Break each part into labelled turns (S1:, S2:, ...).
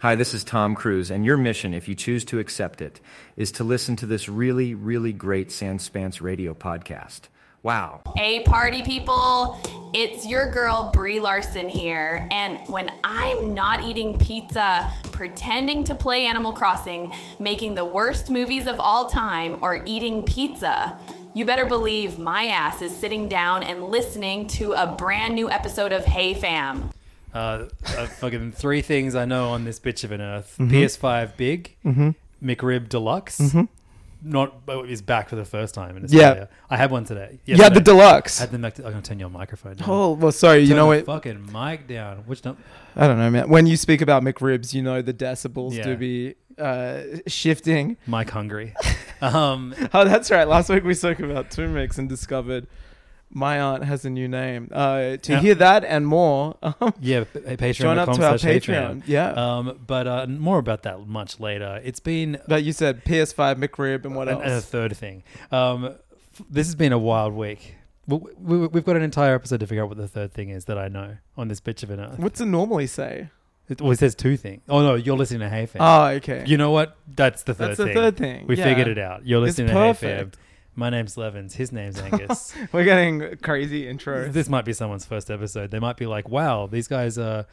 S1: Hi, this is Tom Cruise, and your mission, if you choose to accept it, is to listen to this really, really great Sanspants radio podcast. Wow.
S2: Hey, party people. It's your girl, Brie Larson here. And when I'm not eating pizza, pretending to play Animal Crossing, making the worst movies of all time, or eating pizza, you better believe my ass is sitting down and listening to a brand new episode of Hey Fam.
S3: Uh, uh, fucking three things I know on this bitch of an earth:
S4: Mm-hmm.
S3: PS5 Big, McRib Deluxe. Not but is back for the first time in
S4: Mm-hmm. Yeah.
S3: Australia. I had one today.
S4: Yeah, the deluxe.
S3: I had them back. To, I'm gonna turn your microphone. Down.
S4: oh, well, sorry. You
S3: Turn
S4: know
S3: the
S4: what?
S3: Fucking mic down. Which don't.
S4: I don't know, man. When you speak about McRibs, you know the decibels
S3: Yeah.
S4: do be uh, shifting.
S3: Mic hungry. um,
S4: Oh, that's right. Last week we spoke about Two Mix and discovered my aunt has a new name. Uh, to
S3: Yeah.
S4: hear that and more, um,
S3: Yeah, p- uh, patreon.com
S4: Join up to our
S3: slash Patreon.
S4: Patreon, yeah.
S3: Um, but uh, more about that much later. It's been
S4: but you said PS5 McRib and what
S3: an, a
S4: else?
S3: third thing. Um, f- this has been a wild week. We, we, we've got an entire episode to figure out what the third thing is that I know on this bitch of an earth.
S4: What's it normally say?
S3: It always says two things. Oh, no, you're listening to Hayfam.
S4: Oh, okay.
S3: you know what? That's the third
S4: That's the
S3: thing.
S4: third thing,
S3: We
S4: yeah.
S3: figured it out. You're
S4: It's
S3: listening to Hayfam.
S4: perfect.
S3: My name's Levins. His name's Angus.
S4: We're getting crazy intro.
S3: this might be someone's first episode. They might be like, wow, these guys are.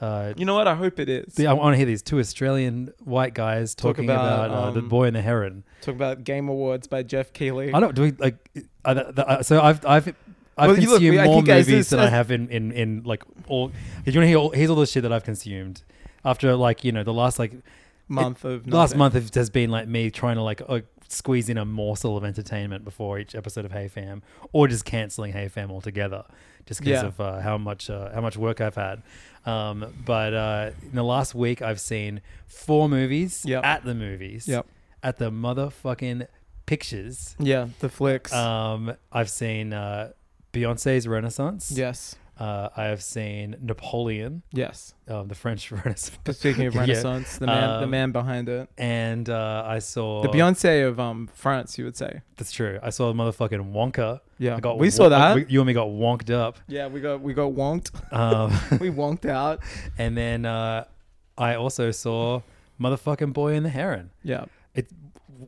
S3: Uh,
S4: You know what? I hope it is.
S3: See, I want to hear these two Australian white guys
S4: Talk
S3: talking about,
S4: about,
S3: uh, the
S4: um,
S3: boy and the heron.
S4: Talk about Game Awards by Jeff Keighley.
S3: I don't do we, like. I, the, I, so I've I've I've
S4: Well, you look,
S3: consumed
S4: I
S3: more
S4: think as
S3: movies
S4: this-
S3: than I
S4: as-
S3: have in in in like all. 'cause You want to hear all, here's all the shit that I've consumed after like you know the last like
S4: Month of
S3: last
S4: nothing.
S3: month has- has been like me trying to like uh, squeeze in a morsel of entertainment before each episode of Hey Fam, or just canceling Hey Fam altogether, just because
S4: Yeah.
S3: of uh, how much uh, how much work I've had. Um, but uh, in the last week, I've seen four movies
S4: Yep.
S3: at the movies,
S4: Yep.
S3: at the motherfucking pictures.
S4: Yeah, the flicks.
S3: Um, I've seen uh, Beyonce's Renaissance.
S4: yes.
S3: Uh, I have seen Napoleon,
S4: Yes.
S3: um, the French Renaissance,
S4: But speaking of
S3: Yeah.
S4: Renaissance, the man, the
S3: Um,
S4: man behind it,
S3: and uh, I saw
S4: the Beyonce of um France, you would say.
S3: That's true. I saw motherfucking Wonka.
S4: Yeah.
S3: I got
S4: We saw that.
S3: we- you and me got wonked up.
S4: Yeah, we got we got wonked.
S3: Um,
S4: we wonked out.
S3: and then uh, I also saw motherfucking Boy and the Heron.
S4: Yeah.
S3: It,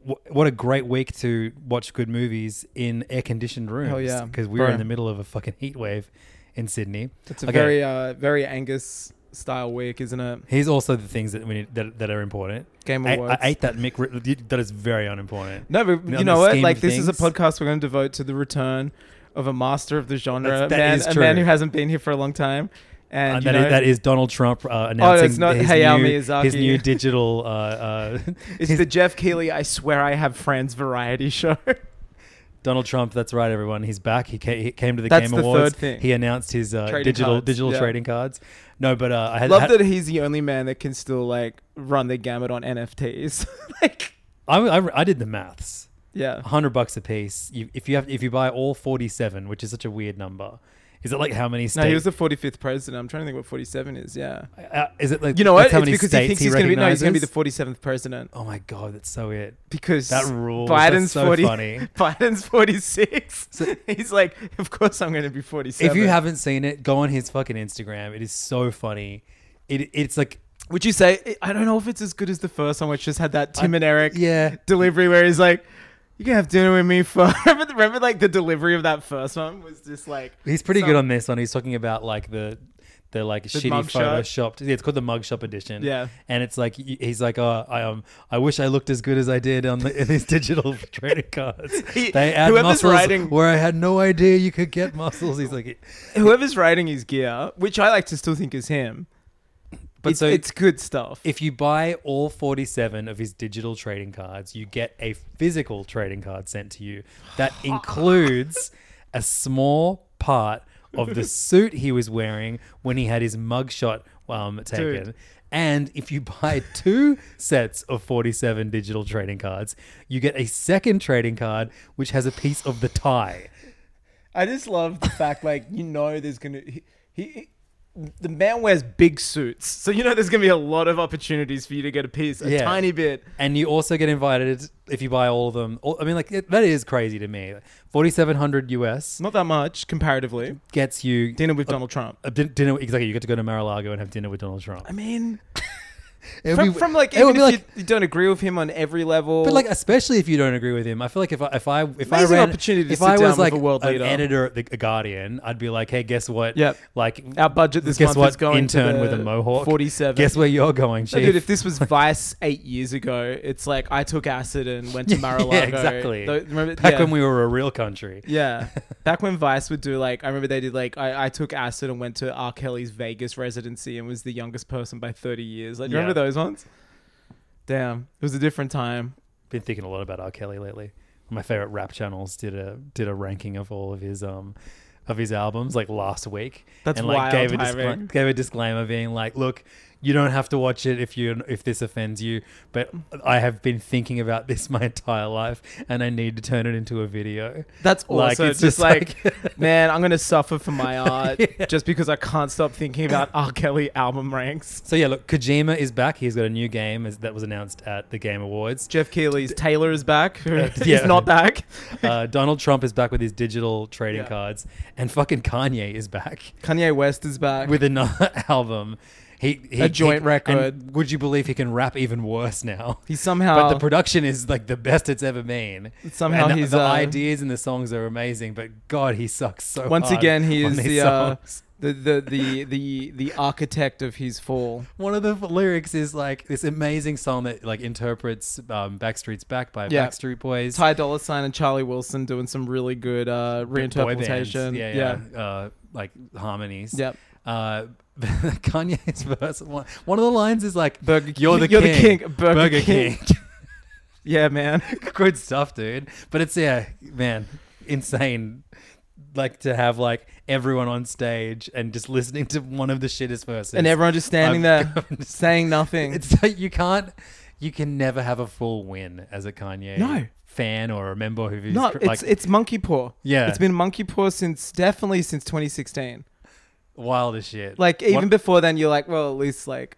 S3: w- what a great week to watch good movies in air conditioned rooms.
S4: Hell yeah.
S3: because we were
S4: Bro.
S3: in the middle of a fucking heat wave in Sydney.
S4: It's a
S3: Okay.
S4: very uh very Angus style week, isn't it?
S3: Here's also the things that we need, that, that are important.
S4: Game
S3: I,
S4: Awards.
S3: I ate that Mick. Ri- That is very unimportant.
S4: No, but
S3: In
S4: you
S3: the
S4: know what?
S3: scheme
S4: Like
S3: of
S4: this is a
S3: things-
S4: podcast we're going to devote to the return of a master of the genre,
S3: That's- that
S4: a man,
S3: is
S4: a man
S3: true.
S4: who hasn't been here for a long time, and,
S3: And
S4: you
S3: uh, that, is,
S4: know, Oh,
S3: that is Donald Trump uh, announcing
S4: not
S3: his,
S4: Hayao
S3: new,
S4: Miyazaki.
S3: his new digital. Uh, uh,
S4: it's the Jeff Keighley. I swear I have friends variety show.
S3: Donald Trump. That's right, everyone. He's back. He came, he came to the
S4: That's
S3: Game
S4: the
S3: Awards.
S4: third thing.
S3: He announced his uh,
S4: Trading
S3: digital
S4: cards,
S3: digital
S4: yeah.
S3: trading cards. No, but uh, I had,
S4: Love
S3: had-
S4: that he's the only man that can still like run the gamut on NFTs. like,
S3: I, I, I did the maths.
S4: yeah,
S3: Hundred bucks a piece. You, if you have if you buy all forty seven, which is such a weird number, is it like how many
S4: no,
S3: states?
S4: he was the forty fifth president. I'm trying to think what forty seven is. Yeah,
S3: uh, is it like
S4: you know what?
S3: that's how
S4: It's
S3: many
S4: because he
S3: states
S4: thinks he's going to be no, he's going to be
S3: recognizes?
S4: the forty seventh president
S3: Oh my god, that's so it.
S4: because
S3: That rules. That's
S4: Biden's
S3: so
S4: forty.
S3: funny.
S4: Biden's forty six. he's like, of course I'm going to be forty seven.
S3: If you haven't seen it, go on his fucking Instagram. It is so funny. It it's like
S4: Would you say I don't know if it's as good as the first one, which just had that Tim and Eric
S3: yeah.
S4: delivery where he's like, "You can have dinner with me for." remember, remember, like the delivery of that first one was just like
S3: he's pretty
S4: some-
S3: good on this one. He's talking about like the the like shitty
S4: mug shot.
S3: photoshopped. Yeah, it's called the mugshop edition.
S4: Yeah.
S3: and it's like y- he's like, oh, I um, I wish I looked as good as I did on the, in these digital trading cards.
S4: He-
S3: they add
S4: whoever's
S3: muscles
S4: writing-
S3: where I had no idea you could get muscles. He's like,
S4: Whoever's writing his gear, which I like to still think is him,
S3: but
S4: it's,
S3: so
S4: it's good stuff.
S3: if you buy all 47 of his digital trading cards, you get a physical trading card sent to you that includes a small part of the suit he was wearing when he had his mugshot um, taken. And if you buy two sets of 47 digital trading cards, you get a second trading card which has a piece of the tie.
S4: I just love the fact, like you know, there's gonna he, he the man wears big suits, so you know there's gonna be a lot of opportunities for you to get a piece, a
S3: Yeah.
S4: tiny bit.
S3: And you also get invited if you buy all of them. All- I mean, like, it, that is crazy to me. 4,700 US
S4: Not that much comparatively.
S3: gets you
S4: Dinner with Donald Trump.
S3: a Uh, din- dinner. Exactly. You get to go to Mar a Lago and have dinner with Donald Trump.
S4: I mean,
S3: It would
S4: from,
S3: be-
S4: from like
S3: it would
S4: even
S3: be
S4: if
S3: like,
S4: you, you don't agree with him on every level,
S3: but like, especially if you don't agree with him, I feel like if I if I if I
S4: Amazing
S3: ran
S4: opportunity to
S3: if
S4: sit
S3: I was
S4: down with
S3: like
S4: a world
S3: an
S4: leader.
S3: editor at the Guardian, I'd be like, hey, guess what?
S4: Yep.
S3: Like
S4: Our budget this
S3: guess
S4: month
S3: what?
S4: is going to
S3: intern
S4: the
S3: with a mohawk.
S4: 47.
S3: Guess where you're going,
S4: No,
S3: chief?
S4: dude, if this was Vice eight years ago, it's like I took acid and went to Mar-a-Lago.
S3: yeah, exactly.
S4: Tho- remember-
S3: Back
S4: yeah.
S3: when we were a real country.
S4: Yeah. Back when Vice would do like I remember they did like I, I took acid and went to R. Kelly's Vegas residency and was the youngest person by thirty years. Like do you
S3: Yeah.
S4: remember those ones? Damn. It was a different time.
S3: Been thinking a lot about R. Kelly lately. One of my favorite rap channels did a did a ranking of all of his um of his albums like last week.
S4: That's
S3: and like
S4: wild
S3: gave a
S4: timing.
S3: gave a disclaimer being like, look, you don't have to watch it if you if this offends you, but I have been thinking about this my entire life and I need to turn it into a video.
S4: That's
S3: Like,
S4: also
S3: it's just
S4: just, like, man, I'm gonna suffer for my art just because I can't stop thinking about R. Kelly album ranks.
S3: So yeah, look, Kojima is back. He's got a new game as, that was announced at the Game Awards.
S4: Jeff Keighley's Taylor is back. who is
S3: yeah.
S4: not back.
S3: Uh, Donald Trump is back with his digital trading
S4: Yeah.
S3: cards, and fucking Kanye is back.
S4: Kanye West is back.
S3: with another album. He, he
S4: A joint
S3: he-
S4: record.
S3: And would you believe he can rap even worse now?
S4: he somehow
S3: but the production is like the best it's ever been.
S4: Somehow
S3: and the,
S4: he's,
S3: the
S4: uh,
S3: ideas and the songs are amazing, but God, he sucks so.
S4: once
S3: hard
S4: again he
S3: on
S4: is
S3: these
S4: the, uh,
S3: songs.
S4: the the the the the architect of his fall.
S3: One of the f- lyrics is like this amazing song that like interprets um, "Backstreet's Back" by
S4: Yeah.
S3: Backstreet Boys.
S4: Ty Dolla Sign and Charlie Wilson doing some really good uh,
S3: boy bands.
S4: reinterpretation.
S3: Yeah, yeah. Uh, like harmonies.
S4: Yep.
S3: Uh, Kanye's verse. One, one of the lines is like,
S4: Burger-
S3: "You're the
S4: you're the
S3: king,
S4: king, Burger King." Yeah, man.
S3: Good stuff, dude. But it's yeah, man, insane. Like to have like everyone on stage and just listening to one of the shittest verses,
S4: And everyone just standing
S3: I've-
S4: there
S3: I'm just-
S4: saying nothing.
S3: It's like you can't, you can never have a full win as a Kanye
S4: No.
S3: fan or a member who is
S4: no,
S3: cr-
S4: it's
S3: like
S4: it's monkey paw.
S3: Yeah.
S4: it's been monkey paw since definitely since 2016.
S3: wild as shit.
S4: Like even
S3: One-
S4: before then, you're like, well, at least like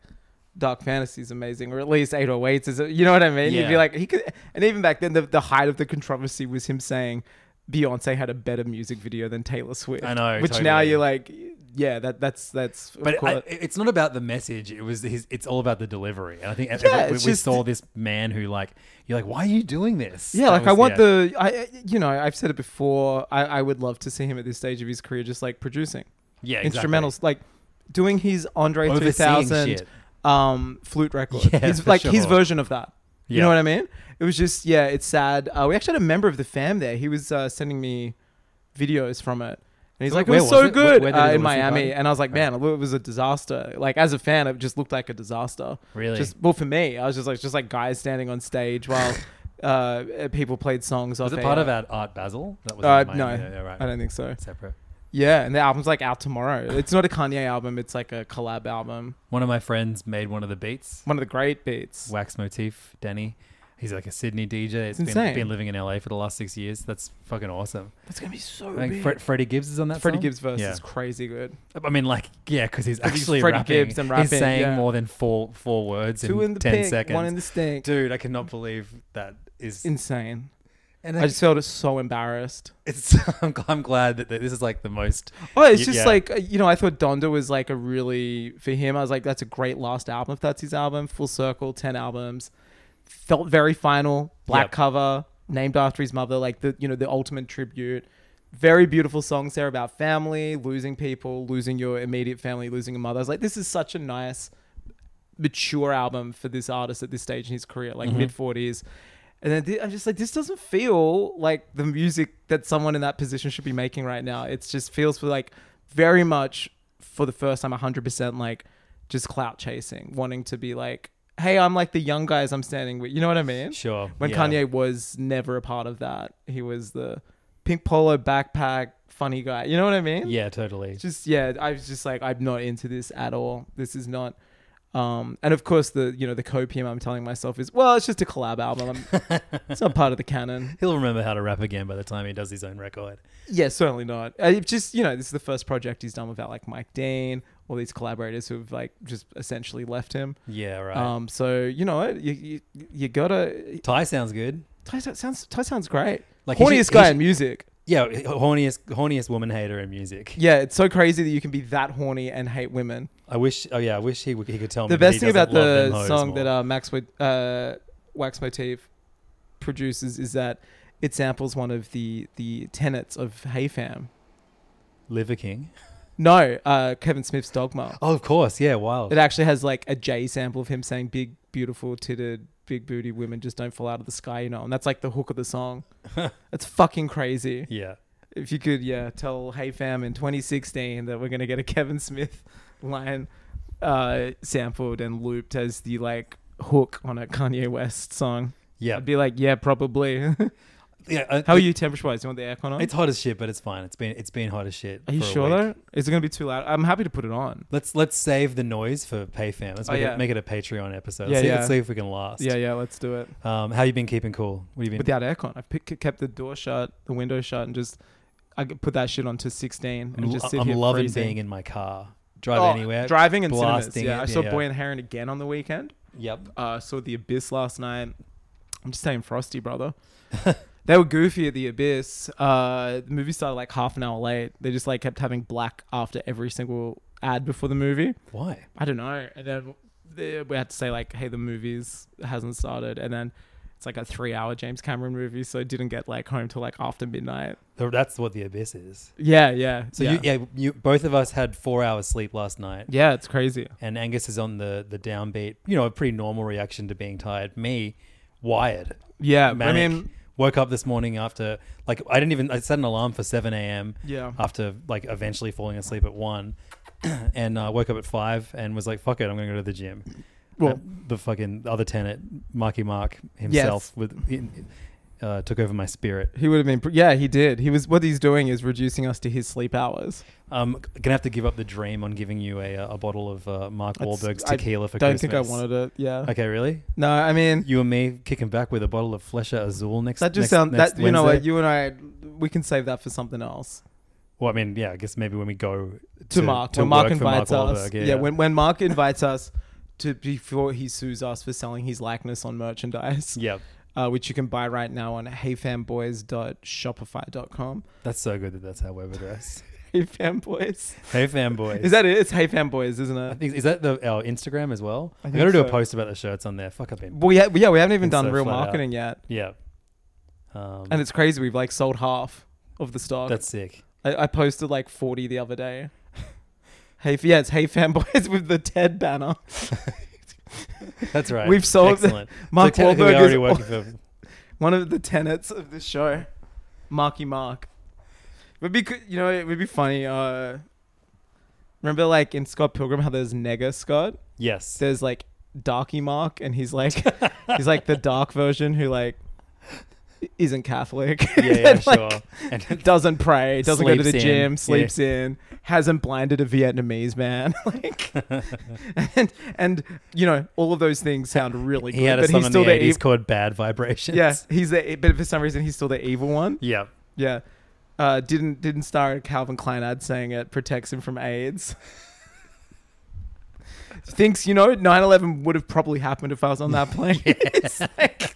S4: Dark Fantasy is amazing, or at least 808s is. You know what I mean? You'd be
S3: Yeah.
S4: like, he could. And even back then, the the height of the controversy was him saying Beyonce had a better music video than Taylor Swift.
S3: I know,
S4: Which now
S3: totally.
S4: you're like, yeah, that that's that's. Of
S3: But I,
S4: course.
S3: it- it's not about the message. It was his. It's all about the delivery. And I think every-
S4: Yeah,
S3: we,
S4: it's
S3: we
S4: just-
S3: saw this man who like you're like, why are you doing this?
S4: Yeah,
S3: That
S4: like I
S3: was-
S4: want
S3: yeah.
S4: the I I- you know I've said it before. I, I would love to see him at this stage of his career, just like producing
S3: yeah exactly.
S4: instrumentals, like doing his Andre
S3: Overseeing
S4: 3000
S3: shit.
S4: um, flute record.
S3: Yeah,
S4: his,
S3: for
S4: like his
S3: sure.
S4: version of that. You
S3: Yeah.
S4: know what I mean? It was just yeah, it's sad. Uh, we actually had a member of the fam there. He was uh, sending me videos from it. And he's like, it
S3: Where
S4: was, so
S3: was it? Where-
S4: good
S3: where did
S4: uh,
S3: it-
S4: in
S3: was he
S4: Miami.
S3: playing?
S4: And I was like, man, it was a disaster. Like, as a fan, it just looked like a disaster.
S3: Really?
S4: Just Well, for me, I was just like, just like guys standing on stage while uh, people played songs.
S3: Was
S4: off
S3: it
S4: a,
S3: part of
S4: uh,
S3: that Art Basel? That was
S4: Uh,
S3: in Miami.
S4: no,
S3: yeah, yeah, right.
S4: I don't think so.
S3: Separate.
S4: Yeah, and the album's like out tomorrow. It's not a Kanye album. It's like a collab album.
S3: One of my friends made one of the beats,
S4: One of the great beats.
S3: Wax Motif, Danny. He's like a Sydney DJ. It's been,
S4: insane.
S3: been living in LA for the last six years. That's fucking awesome.
S4: That's gonna be so
S3: I think
S4: big.
S3: Fre- Freddie Gibbs is on that.
S4: Freddie
S3: song?
S4: Gibbs verse
S3: Yeah.
S4: is crazy good.
S3: I mean, like, yeah, because he's
S4: he's
S3: actually
S4: Freddie
S3: rapping.
S4: Gibbs and rapping,
S3: He's saying
S4: yeah.
S3: more than four four words
S4: Two
S3: in,
S4: in the
S3: ten
S4: pink,
S3: seconds.
S4: one in the stink.
S3: Dude, I cannot believe that is.
S4: Insane.
S3: and
S4: I just felt so embarrassed.
S3: it's. I'm, I'm glad that this is like the most.
S4: Oh, it's
S3: y-
S4: just
S3: yeah.
S4: like uh, you know. I thought Donda was like a really for him. I was like, that's a great last album. If that's his album, full circle, ten albums. Felt very final. Black
S3: Yep.
S4: cover, named after his mother. Like the you know the ultimate tribute. Very beautiful songs there about family, losing people, losing your immediate family, losing a mother. I was like, this is such a nice, mature album for this artist at this stage in his career, like mid forties. And then thi- I'm just like, this doesn't feel like the music that someone in that position should be making right now. It just feels for like very much for the first time, 100% like just clout chasing, wanting to be like, hey, I'm like the young guys I'm standing with. You know what I mean?
S3: Sure,
S4: When
S3: yeah.
S4: Kanye was never a part of that, he was the pink polo backpack, funny guy. You know what I mean?
S3: Yeah, totally.
S4: Just yeah, I was just like, I'm not into this at all. This is not. Um, and of course, the you know the copium I'm telling myself is well, it's just a collab album. I'm, it's not part of the canon.
S3: He'll remember how to rap again by the time he does his own record.
S4: Yeah, certainly not. Uh, It's just you know this is the first project he's done without like Mike Dean, all these collaborators who have like just essentially left him.
S3: Yeah, right.
S4: Um, so you know you you, you gotta.
S3: Ty sounds good.
S4: Ty Ty sounds Ty sounds great.
S3: Like,
S4: Like
S3: he
S4: horniest
S3: should- he
S4: guy
S3: should-
S4: in music.
S3: Yeah, horniest horniest woman hater in music.
S4: Yeah, it's so crazy that you can be that horny and hate women.
S3: I wish. Oh yeah, I wish he would- he could tell me.
S4: the
S3: that
S4: best
S3: he
S4: thing
S3: doesn't
S4: about
S3: love them
S4: the
S3: hoes
S4: song
S3: more.
S4: that uh, Max would, uh, Wax Motif produces is that it samples one of the the tenets of Hey Fam.
S3: Liver King.
S4: No, uh, Kevin Smith's Dogma.
S3: Oh, of course. Yeah, wild.
S4: It actually has like a J sample of him saying "big, beautiful, titted, big booty women just don't fall out of the sky," you know, and that's like the hook of the song. that's fucking crazy.
S3: yeah.
S4: If you could, yeah, tell Hey Fam in 2016 that we're gonna get a Kevin Smith line uh, sampled and looped as the like hook on a Kanye West song.
S3: Yeah.
S4: I'd be like, yeah, probably.
S3: Yeah. uh,
S4: How are you temperature wise? You want the aircon on?
S3: It's hot as shit, but it's fine. It's been it's been hot as shit.
S4: are you
S3: for a
S4: sure
S3: week.
S4: though? Is it gonna be too loud? I'm happy to put it on.
S3: Let's let's save the noise for PayFam. Let's
S4: Oh,
S3: make,
S4: yeah.
S3: it, make it a Patreon episode.
S4: Yeah,
S3: see,
S4: yeah.
S3: Let's see if we can last.
S4: Yeah, yeah, let's do it.
S3: Um, how you been keeping cool? What have you been?
S4: Without aircon, I've pick, kept the door shut, the window shut, and just I could put that shit on to 16 and
S3: I'm,
S4: just sit
S3: I'm
S4: here
S3: loving
S4: freezing.
S3: being in my car, drive
S4: Oh,
S3: anywhere,
S4: driving and cinemas.
S3: blasting.
S4: Yeah, I
S3: it.
S4: saw Boy and Heron again on the weekend.
S3: Yep.
S4: uh, saw the Abyss last night. I'm just saying Frosty, brother. they were goofy at the Abyss. Uh, the movie started like half an hour late. They just like kept having black after every single ad before the movie.
S3: Why?
S4: I don't know. And then the- we had to say like, "Hey, the movies hasn't started," and then. It's like a three-hour James Cameron movie, so I didn't get like home till like after midnight.
S3: That's what the abyss is.
S4: Yeah, yeah.
S3: So
S4: yeah.
S3: you, yeah, you both of us had four hours sleep last night.
S4: yeah, it's crazy.
S3: and Angus is on the the downbeat. You know, a pretty normal reaction to being tired. Me, wired.
S4: Yeah,
S3: Manic.
S4: I mean,
S3: woke up this morning after like I didn't even I set an alarm for seven a.m.
S4: Yeah.
S3: After like eventually falling asleep at one, and uh, woke up at five and was like, "Fuck it, I'm gonna go to the gym."
S4: Well-
S3: Uh, the fucking other tenant, Marky Mark himself, with in, uh, took over my spirit.
S4: he would have been. Pr- yeah, he did. He was. What he's doing is reducing us to his sleep hours.
S3: I'm Um, gonna have to give up the dream on giving you a, a bottle of uh, Mark
S4: That's-
S3: Wahlberg's
S4: I
S3: tequila for
S4: don't
S3: Christmas.
S4: think I wanted it. Yeah.
S3: Okay, really?
S4: No, I mean
S3: you and me kicking back with a bottle of Flesher Azul next.
S4: that just
S3: next-
S4: sounds
S3: next
S4: that you know what
S3: Wednesday.
S4: you and I we can save that for something else.
S3: Well, I mean, yeah, I guess maybe when we go to,
S4: To, Mark,
S3: to
S4: when Mark
S3: work for Mark
S4: invites us,
S3: Wahlberg,
S4: yeah, when when Mark invites us to before he sues us for selling his likeness on merchandise,
S3: yeah,
S4: uh, which you can buy right now on heyfanboys.shopify.com.
S3: that's so good that that's our web address.
S4: Hey fanboys,
S3: hey, fanboys.
S4: is that it? It's hey fanboys, isn't
S3: I
S4: it?
S3: think is that the our Instagram as well? I,
S4: think
S3: gotta do a
S4: so.
S3: post about the shirts on there. Fuck, I've been
S4: Well, yeah, yeah, we haven't even
S3: It's
S4: done
S3: so
S4: real
S3: flat out.
S4: marketing yet,
S3: yeah. Um,
S4: and it's crazy. We've like sold half of the stock.
S3: that's sick.
S4: I, I posted like 40 the other day. Hey, f- yeah, it's Hey Fanboys with the Ted banner.
S3: That's right.
S4: We've sold the-
S3: Excellent.
S4: Mark
S3: so technically
S4: Wahlberg
S3: we're already
S4: is al-
S3: working for.
S4: One of the tenets of this show, Marky Mark. It would be, coo- you know, it would be funny. Uh, remember, like in Scott Pilgrim, how there's Nega Scott.
S3: Yes.
S4: There's like Darky Mark, and he's like, he's like the dark version who like isn't Catholic.
S3: yeah, yeah,
S4: like,
S3: sure. And
S4: doesn't pray, doesn't go to the
S3: Sleeps in.
S4: gym,
S3: Yeah.
S4: sleeps in, hasn't blinded a Vietnamese man, like, and and you know all of those things sound really good,
S3: he had a
S4: but
S3: song
S4: he's
S3: in
S4: still
S3: the
S4: the
S3: eighties
S4: evil.
S3: called "Bad Vibrations."
S4: Yeah, he's the but for some reason he's still the evil one.
S3: Yeah.
S4: Yeah, uh, didn't didn't star a Calvin Klein ad saying it protects him from AIDS. Thinks you know 9/11 would have probably happened if I was on that plane. It's like-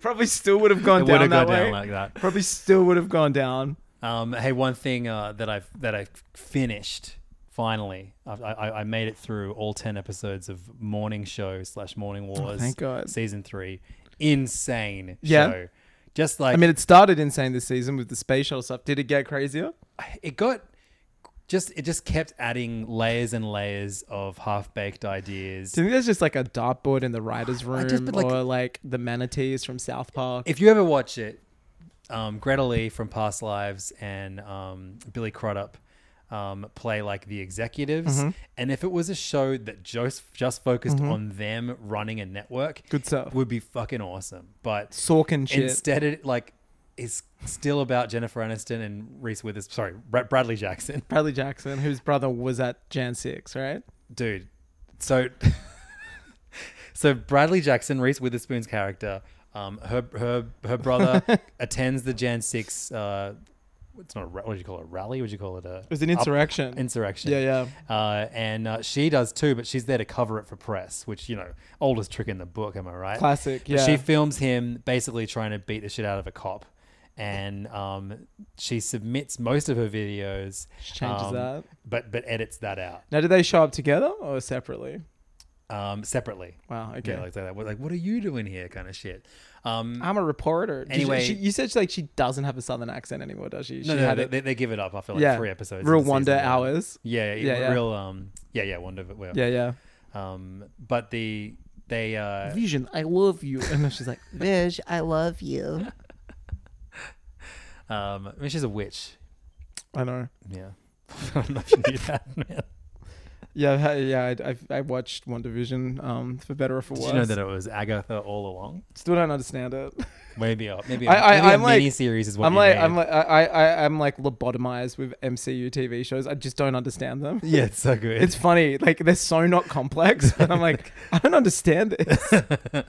S4: probably still would have gone
S3: It would
S4: down
S3: have
S4: that
S3: gone down
S4: way.
S3: like that.
S4: Probably still would have gone down.
S3: Um, hey, one thing uh, that I've that I finished finally. I, I, I made it through all ten episodes of Morning Show slash Morning Wars.
S4: Oh, thank God.
S3: Season three, insane
S4: Yeah.
S3: show. Just like
S4: I mean, it started insane this season with the space shuttle stuff. Did it get crazier?
S3: it got just it just kept adding layers and layers of half baked ideas.
S4: Do you think there's just like a dartboard in the writers' room,
S3: just been like-
S4: or like the manatees from South Park?
S3: If you ever watch it, um, Greta Lee from Past Lives and um, Billy Crudup um, play like the executives.
S4: Mm-hmm.
S3: And if it was a show that just just focused on them running a network,
S4: Good stuff.
S3: would be fucking awesome. But
S4: Sorkin shit.
S3: instead, it like is still about Jennifer Aniston and Reese Withers. Sorry, Brad- Bradley Jackson,
S4: Bradley Jackson, whose brother was at Jan 6, right?
S3: dude. So, so Bradley Jackson, Reese Witherspoon's character, um, her her her brother attends the Jan Six. Uh, it's not a, ra- what do you call it? A rally? What do you call it? A, it
S4: was an insurrection.
S3: insurrection.
S4: Yeah,
S3: yeah. Uh, and uh, she does too, but she's there to cover it for press, which you know, oldest trick in the book. Am I right?
S4: Classic,
S3: But She
S4: yeah.
S3: films him basically trying to beat the shit out of a cop. And um, she submits most of her videos,
S4: changes
S3: um,
S4: that.
S3: but but edits that out
S4: Now, did they show up together or separately?
S3: um, separately.
S4: Wow, okay.
S3: Yeah, like that. Like, what are you doing here? Kind of shit. Um,
S4: I'm a reporter. Did she-
S3: Anyway-
S4: she, you said she, like she doesn't have a southern accent anymore, does she?
S3: no,
S4: she
S3: no,
S4: had
S3: they,
S4: it-
S3: they, they give it up after like
S4: yeah,
S3: three episodes.
S4: Real
S3: of the
S4: wonder
S3: season.
S4: hours.
S3: Yeah,
S4: Yeah, yeah.
S3: yeah, real. Um, yeah, yeah, wonder. Well,
S4: Yeah, yeah.
S3: Um, but the they uh,
S4: Vision, I love you. And then she's like,
S5: Vish, I love you.
S3: um, I mean, she's a witch.
S4: I know.
S3: Yeah, I don't know if you knew that. Man.
S4: Yeah, ha- yeah. I, I, I watched One Division, um, for better or for worse.
S3: Did you know that it was Agatha all along?
S4: Still don't understand it.
S3: Maybe a maybe a,
S4: I- I-
S3: maybe a
S4: I'm like-
S3: mini series is what
S4: I'm
S3: you
S4: like,
S3: need.
S4: I'm like, I, I, I- I'm like lobotomized with MCU TV shows. I just don't understand them.
S3: yeah, it's so good.
S4: It's funny, like they're so not complex, but I'm like, I don't understand it. But,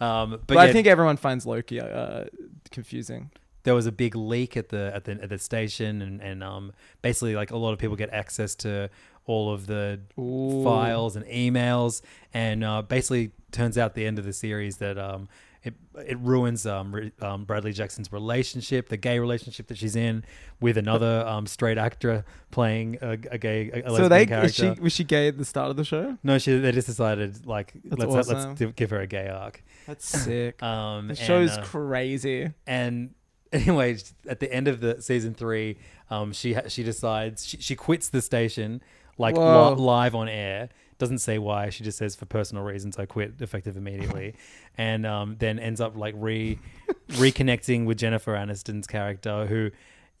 S3: um, but, yeah,
S4: I think everyone finds Loki uh, confusing.
S3: there was a big leak at the at the at the station, and and um, basically like a lot of people get access to all of the files and emails, and uh, basically turns out the end of the series that um. It, it ruins um, re- um, Bradley Jackson's relationship, the gay relationship that she's in with another um, straight actor playing a, a gay, a, a
S4: so
S3: lesbian
S4: they is
S3: character.
S4: she was she gay at the start of the show?
S3: No, she. They just decided like let's
S4: awesome.
S3: let's di- give her a gay arc.
S4: That's sick.
S3: Um,
S4: the
S3: and,
S4: show's
S3: uh,
S4: crazy.
S3: and anyway, at the end of the season three, um, she ha- she decides she, she quits the station like
S4: Whoa.
S3: li- live on air. Doesn't say why. She just says for personal reasons I quit effective immediately, and um, then ends up like re reconnecting with Jennifer Aniston's character who.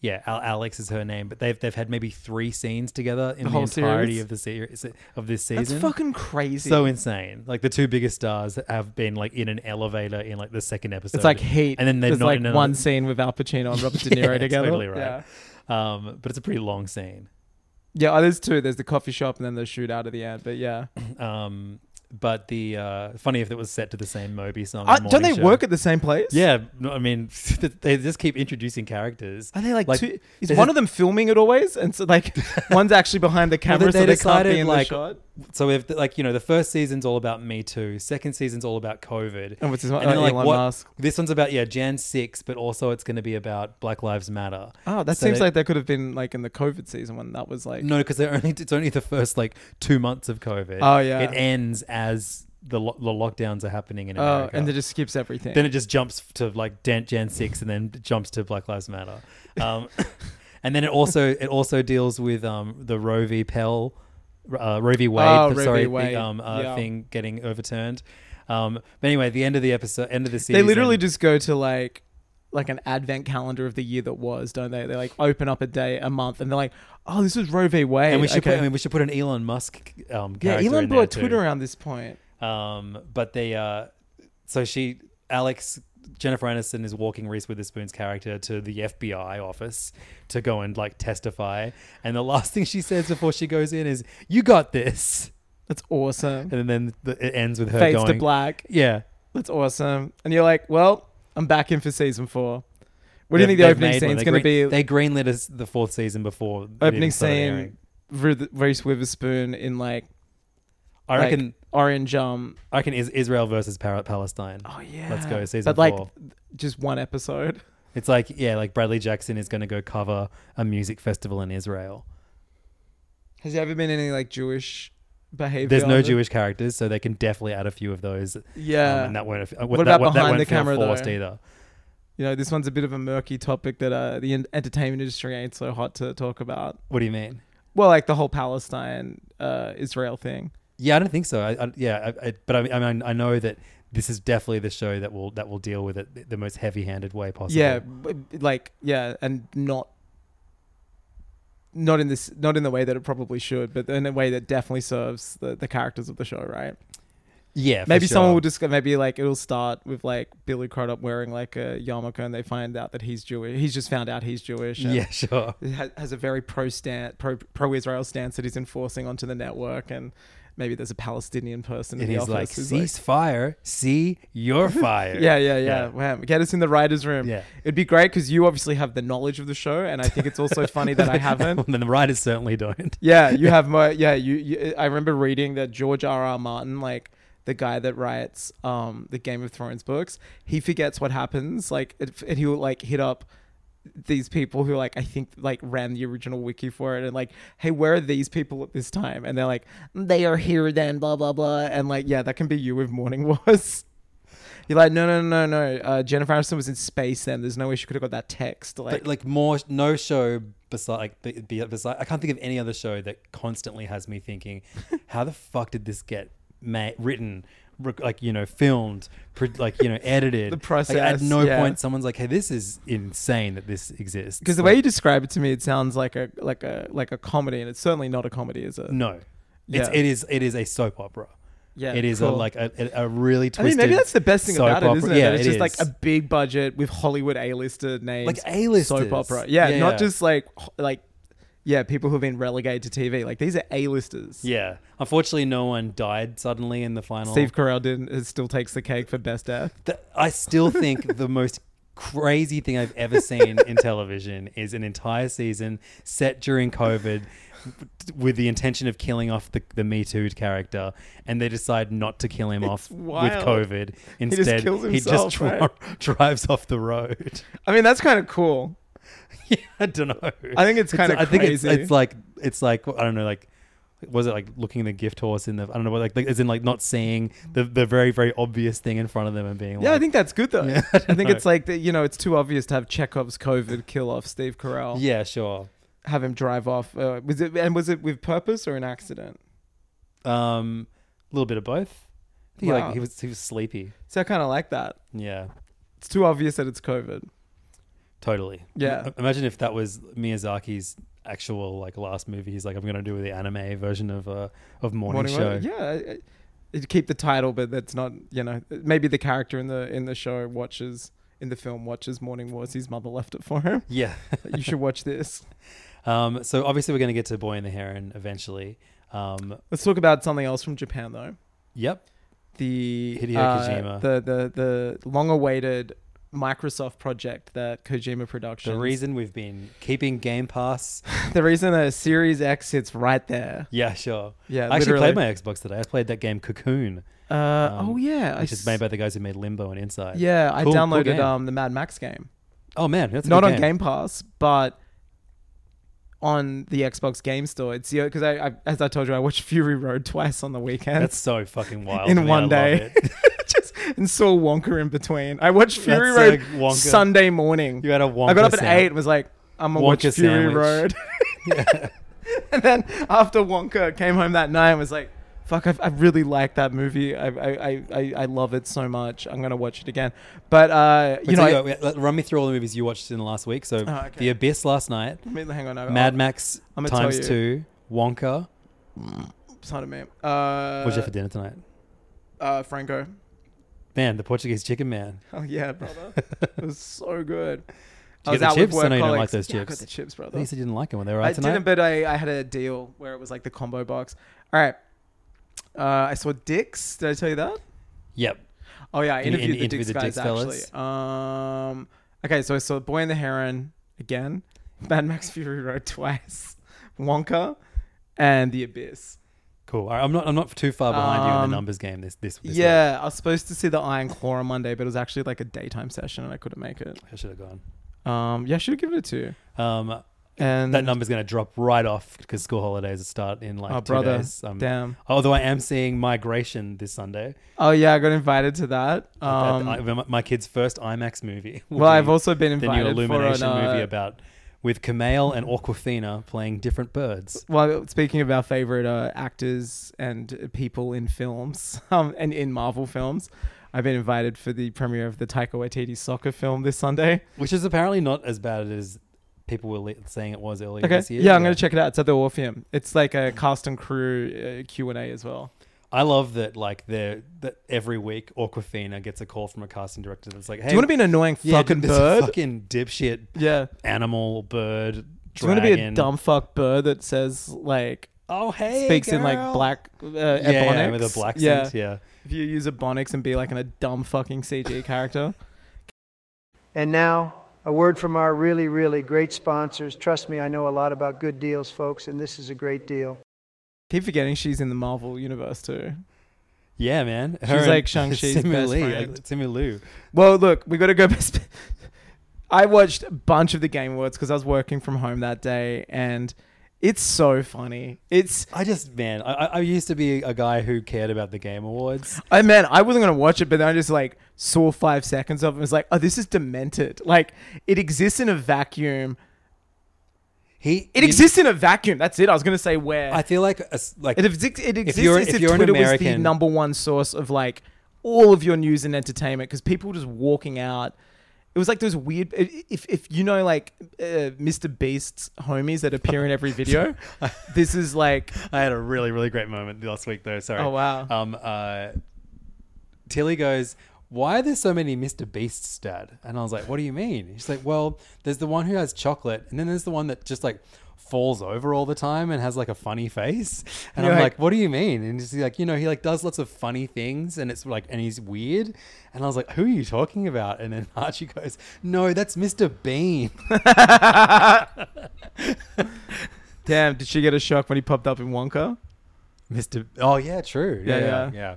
S3: Yeah, Al- Alex is her name, but they've they've had maybe three scenes together in the,
S4: whole
S3: entirety
S4: series?
S3: of the series of this season.
S4: That's fucking crazy.
S3: So insane. Like the two biggest stars have been like in an elevator in like the second episode.
S4: it's like hate,
S3: And then they're
S4: there's
S3: not
S4: like
S3: in another-
S4: one scene with Al Pacino and Robert De
S3: Yeah,
S4: Niro
S3: it's
S4: together.
S3: Totally
S4: Yeah,
S3: right. Um, but it's a pretty long scene.
S4: yeah oh, there's two. There's the coffee shop and then the shootout at the end. But yeah,
S3: Um, but the uh, funny if it was set to the same Moby song.
S4: Uh, don't they work at the same place?
S3: Yeah, no, I mean, they just keep introducing characters.
S4: Are they like, two? Is
S3: there's
S4: one
S3: a-
S4: of them filming it always? And so like one's actually behind the
S3: Well,
S4: camera, so they can't be in
S3: like,
S4: the shot.
S3: So if like you know, the first season's all about Me Too, second season's all about COVID,
S4: And what's his-
S3: then,
S4: uh,
S3: like,
S4: Elon
S3: what-
S4: Musk.
S3: This one's about yeah Jan six, but also it's going to be about Black Lives Matter.
S4: Oh, that
S3: So
S4: seems
S3: they-
S4: like that could have been like in the COVID season when that was like.
S3: No, because they're only it's only the first like two months of COVID.
S4: Oh, yeah.
S3: it ends as the lo- the lockdowns are happening in
S4: Oh,
S3: America.
S4: and it just skips everything.
S3: then it just jumps to like Jan, Jan six, and then jumps to Black Lives Matter. Um, and then it also it also deals with um, the Roe v. Pell, uh, Roe v. Wade.
S4: Oh,
S3: the-
S4: Roe v.
S3: sorry,
S4: Wade.
S3: The, um, uh,
S4: Yeah.
S3: thing getting overturned. Um, but anyway, the end of the episode, end of the
S4: they
S3: season.
S4: literally just go to like like an advent calendar of the year that was, don't they? They like open up a day, a month, and they're like, "Oh, this is Roe v. Wade."
S3: And we should
S4: Okay.
S3: put, I mean, we should put an Elon Musk um,
S4: yeah,
S3: character
S4: Elon
S3: in there
S4: brought
S3: too.
S4: Twitter around this point.
S3: Um, but they, uh, so she, Alex, Jennifer Aniston is walking Reese Witherspoon's character to the FBI office to go and like testify. And the last thing she says before she goes in is, "You got this."
S4: That's awesome.
S3: And then the, it ends with her
S4: Fades
S3: going,
S4: to black.
S3: "Yeah."
S4: That's awesome. And you're like, "Well, I'm back in for season four. What do
S3: They've-
S4: you think the
S3: they've
S4: opening
S3: made one.
S4: scene's
S3: They
S4: going to be?
S3: green- They greenlit us the fourth season before it even
S4: opening
S3: started airing.
S4: scene, Ruth- Reese Witherspoon in like
S3: I
S4: like,
S3: reckon.
S4: orange um
S3: I reckon is Israel versus Pal- Palestine. Oh yeah. Let's go season
S4: but like
S3: four.
S4: just one episode
S3: It's like yeah, like Bradley Jackson is going to go cover a music festival in Israel.
S4: has there ever been any like jewish behavior
S3: There's
S4: on
S3: no
S4: the-
S3: Jewish characters, so they can definitely add a few of those. um,
S4: Yeah.
S3: and that won't. What
S4: What
S3: that,
S4: about
S3: won't- that
S4: behind
S3: won't
S4: the
S3: feel
S4: camera, though?
S3: forced either.
S4: you know this one's a bit of a murky topic that uh the en- entertainment industry ain't so hot to talk about
S3: What do you mean?
S4: well like the whole palestine uh israel thing
S3: Yeah, I don't think so. I, I, yeah, I, I, but I, I mean, I know that this is definitely the show that will that will deal with it the- the most heavy-handed way possible.
S4: yeah b- b- like yeah and not not in this not in the way that it probably should but in a way that definitely serves the, the characters of the show right
S3: Yeah, for
S4: Maybe someone
S3: sure.
S4: will discover. Maybe like it'll start with like Billy Crudup wearing like a yarmulke, and they find out that he's Jewish. He's just found out he's Jewish. and
S3: Yeah, sure.
S4: ha- has a very pro stance, pro pro Israel stance that he's enforcing onto the network, and maybe there's a Palestinian person
S3: And
S4: in the
S3: he's
S4: office.
S3: like,
S4: who's
S3: cease fire, see your fire.
S4: yeah, yeah, yeah. Wow, get us in the writers' room.
S3: Yeah.
S4: it'd be great because you obviously have the knowledge of the show, and I think it's also funny that I haven't.
S3: then the writers certainly don't.
S4: Yeah, you have more. Yeah, you, you. I remember reading that George R. R. Martin, like the guy that writes um the Game of Thrones books, he forgets what happens. Like, it, and he will like hit up these people who like I think like ran the original wiki for it and like, hey, where are these people at this time? And they're like,
S5: They are here then, blah, blah, blah.
S4: and like, yeah, that can be you with Morning Wars. You're like, no, no, no, no, no. Uh, Jennifer Aniston was in space then. There's no way she could have got that text. Like,
S3: But like more, no show beside, like, be- be- beside, I can't think of any other show that constantly has me thinking, how the fuck did this get ma- written? Rec- Like you know, filmed, pro- like you know, edited.
S4: The
S3: Like, at
S4: process,
S3: no
S4: yeah.
S3: point, someone's like, "Hey, this is insane that this exists."
S4: because the way you describe it to me, it sounds like a like a like a comedy, and it's certainly not a comedy, is it?
S3: No. It's,
S4: Yeah.
S3: it is it is a soap opera.
S4: Yeah,
S3: It is a
S4: cool.
S3: like a, a a really
S4: I
S3: twisted.
S4: mean, maybe that's the best thing
S3: soap
S4: about it,
S3: opera.
S4: isn't it?
S3: Yeah,
S4: that it's
S3: it
S4: just like
S3: is.
S4: a big budget with Hollywood A-lister names,
S3: Like A-listers.
S4: soap opera. Yeah,
S3: Yeah,
S4: not
S3: yeah.
S4: just like h- like yeah, people who've been relegated to TV. Like these are A-listers.
S3: yeah. Unfortunately, no one died suddenly in the final.
S4: Steve Carell didn't. It still takes the cake for best death.
S3: The- I still think the most crazy thing I've ever seen in television is an entire season set during COVID with the intention of killing off the, the Me Too character, and they decide not to kill him off with
S4: wild.
S3: COVID.
S4: just
S3: Instead,
S4: kills himself,
S3: dri- drives off the road.
S4: I mean, that's kind of cool.
S3: yeah, I don't know.
S4: I think it's kinda
S3: I think it's,
S4: crazy.
S3: it's like it's like I don't know. Like was it like looking the gift horse in the I don't know what like, like as in like not seeing the the very very obvious thing in front of them and being like
S4: Yeah, I think that's good though.
S3: Yeah,
S4: I,
S3: I
S4: think
S3: know.
S4: it's like the, you know, it's too obvious to have Chekhov's COVID kill off Steve Carell.
S3: yeah sure.
S4: have him drive off. Uh, was it and was it with purpose or an accident?
S3: Um, a little bit of both. I think
S4: Wow.
S3: like he was he was sleepy.
S4: So I kind of like that.
S3: Yeah,
S4: It's too obvious that it's COVID.
S3: totally.
S4: Yeah.
S3: I- imagine if that was Miyazaki's actual like last movie. He's like, I'm gonna do the anime version of uh of Morning,
S4: Morning
S3: Show.
S4: Wood. Yeah, I- I- it'd keep the title, but that's not you know maybe the character in the in the show watches in the film watches Morning Wars. His mother left it for him.
S3: Yeah.
S4: you should watch this.
S3: Um, so obviously we're going to get to Boy and the Heron eventually. Um,
S4: Let's talk about something else from Japan though.
S3: yep.
S4: the
S3: Hideo
S4: uh,
S3: Kojima.
S4: the the the long-awaited Microsoft project that Kojima Productions.
S3: The reason we've been keeping Game Pass.
S4: the reason a Series X sits right there.
S3: Yeah, sure.
S4: Yeah,
S3: I actually
S4: literally.
S3: played my Xbox today. I played that game Cocoon,
S4: Uh,
S3: um,
S4: oh yeah, I
S3: which is
S4: s-
S3: made by the guys who made Limbo and Inside.
S4: yeah, I
S3: Cool, cool
S4: downloaded
S3: game.
S4: um the Mad Max game,
S3: Oh man, that's a
S4: not
S3: good
S4: on Game Pass, but on the Xbox Game Store. It's because I, I as I told you, I watched Fury Road twice on the weekend.
S3: That's so fucking wild.
S4: in
S3: to me. I
S4: one
S3: love
S4: day.
S3: it.
S4: Just and saw Wonka in between. I watched Fury
S3: That's
S4: Road
S3: so Wonka.
S4: Sunday morning.
S3: You had a
S4: I got
S3: Wonka
S4: up at
S3: sandwich.
S4: eight and was like, I'm
S3: Wonka
S4: gonna watch Fury
S3: sandwich.
S4: Road. and then after Wonka came home that night and was like, fuck, I, I really like that movie. I, I, I- I, I love it so much. I'm gonna watch it again. But uh,
S3: But
S4: you know,
S3: so
S4: I-
S3: yeah, let- run me through all the movies you watched in the last week. So
S4: Oh, okay.
S3: The Abyss last night,
S4: Wait, hang on, I-
S3: Mad Max
S4: I'ma tell
S3: times
S4: you.
S3: two, Wonka.
S4: It's not a meme. Uh,
S3: What'd you have for dinner tonight?
S4: uh, Franco.
S3: Man, the Portuguese chicken man.
S4: Oh yeah, brother. it was so good. I
S3: you get
S4: was
S3: the
S4: out
S3: chips?
S4: with
S3: I
S4: work
S3: know you don't like
S4: colleagues.
S3: those
S4: Yeah, I got
S3: chips.
S4: the chips, brother.
S3: I think you said you didn't like it when they were out
S4: I
S3: tonight.
S4: didn't, but I, I had a deal where it was like the combo box. All right. Uh, I saw Dicks. Did I tell you that?
S3: Yep.
S4: Oh yeah, I
S3: You
S4: interviewed the
S3: interviewed
S4: Dicks
S3: the
S4: guys
S3: Dix
S4: actually.
S3: fellas?
S4: Um, okay, so I saw Boy and the Heron again, Mad Max Fury Road twice, Wonka, and The Abyss.
S3: Cool. All right, I'm not. I'm not too far behind you in
S4: Um,
S3: the numbers game. This. This. this week.
S4: yeah, I was supposed to see the Iron Claw on Monday, but it was actually like a daytime session, and I couldn't make it.
S3: I should have gone.
S4: Um, yeah, I should have given it to you.
S3: Um,
S4: And
S3: that number's going to drop right off because school holidays start in like
S4: Oh,
S3: two
S4: brother.
S3: days. Um,
S4: Damn.
S3: Although I am seeing Migration this Sunday.
S4: Oh yeah, I got invited to that. Um,
S3: That- I- my- my kid's first IMAX movie. will
S4: well, I've
S3: be
S4: also been
S3: the new
S4: invited
S3: Illumination
S4: for an, uh,
S3: movie about with Camille and Aquafina playing different birds.
S4: Well, speaking of our favorite uh, actors and people in films um, and in Marvel films, I've been invited for the premiere of the Taika Waititi soccer film this Sunday.
S3: Which is apparently not as bad as people were li- saying it was earlier
S4: Okay,
S3: this year.
S4: yeah, I'm gonna check it out. It's at the Orpheum. It's like a cast and crew uh, Q and A as well.
S3: I love that like they're that every week Aquafina gets a call from a casting director that's like, "Hey,
S4: you wanna be an annoying fucking
S3: dude, there's a
S4: bird?"
S3: fucking dipshit,
S4: Yeah.
S3: animal bird."
S4: Do you want to be a
S3: dragon.
S4: dumb fuck bird that says like
S3: Oh hey,
S4: speaks in like
S3: girl.
S4: black uh,
S3: yeah, yeah,
S4: ebonics?
S3: with a black scent, yeah.
S4: If you use ebonics and be like in a dumb fucking CG character,
S6: And now, a word from our really, really great sponsors. Trust me, I know a lot about good deals, folks, and this is a great deal.
S4: keep forgetting she's in the Marvel universe too.
S3: Yeah, man.
S4: She's
S3: and
S4: like Shang-Chi's
S3: Simu
S4: best
S3: Liu,
S4: friend.
S3: uh, Simu Liu.
S4: Well, look, we got to go. Best. I watched a bunch of the Game Awards because I was working from home that day, and it's so funny. It's
S3: I just man, I, I I used to be a guy who cared about the game awards.
S4: I man, I wasn't gonna watch it, but then I just like saw five seconds of it and was like, oh, this is demented. Like it exists in a vacuum.
S3: He
S4: It exists in a vacuum. That's it. I was gonna say where.
S3: I feel like a s- like
S4: it, ex- it exists
S3: you're-
S4: as
S3: if
S4: if,
S3: you're an
S4: Twitter was the
S3: American-
S4: number one source of like all of your news and entertainment because people were just walking out. It was like those weird. If if you know like uh, Mr. Beast's homies that appear in every video, this is like
S3: I had a really, really great moment last week, though. Sorry.
S4: Oh, wow.
S3: Um, uh, Tilly goes, "Why are there so many Mr. Beasts, Dad?" And I was like, "What do you mean?" She's like, "Well, there's the one who has chocolate, and then there's the one that just like falls over all the time and has like a funny face." And
S4: You're
S3: I'm
S4: like-
S3: like, "What do you mean?" And she's like, "You know, he like does lots of funny things, and it's like, and he's weird." And I was like, "Who are you talking about?" And then Archie goes, "No, that's Mr. Bean."
S4: damn. Did she get a shock when he popped up in Wonka?
S3: Mr. Oh yeah, true. Yeah,
S4: Yeah,
S3: yeah,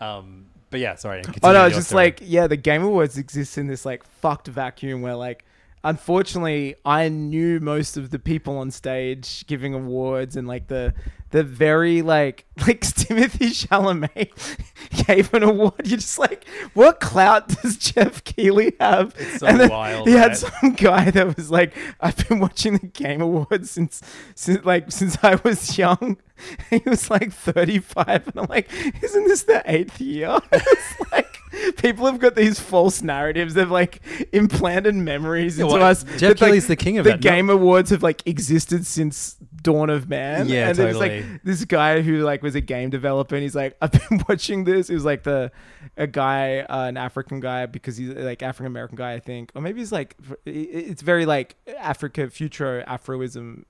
S3: yeah. Um, but yeah, sorry.
S4: Oh no,
S3: continue
S4: it's
S3: your
S4: just
S3: story.
S4: like yeah, the Game Awards exists in this like fucked vacuum where like unfortunately I knew most of the people on stage giving awards and like the the very like like Timothy Chalamet gave an award. You're just like, what clout does Jeff Keeley have? It's
S3: so wild,
S4: He had
S3: right?
S4: some guy that was like, I've been watching the Game Awards since since like since I was young. He was like 35, and I'm like, isn't this the eighth year? it's like people have got these false narratives. They've like implanted memories into
S3: well,
S4: us.
S3: Jeff
S4: that, like,
S3: Keighley's the king of
S4: the
S3: it, no-
S4: Game Awards have like existed since dawn of man.
S3: Yeah,
S4: and it was,
S3: totally.
S4: like this guy who like was a game developer and he's like i've been watching this it was like the a guy uh, an african guy because he's like african american guy i think or maybe he's like it- it's very like africa futuro afroism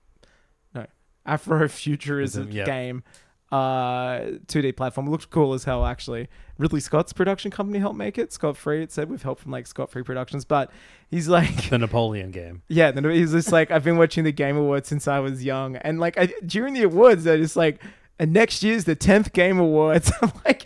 S4: no afrofuturism
S3: Ism, yeah.
S4: game uh 2d platform looked cool as hell actually ridley scott's production company helped make it scott free it said with help from like scott free productions but he's like
S3: the Napoleon game.
S4: yeah, then he's just like, I've been watching the Game Awards since I was young, and like I, during the awards, they're just like, and next year's the tenth Game Awards. I'm like,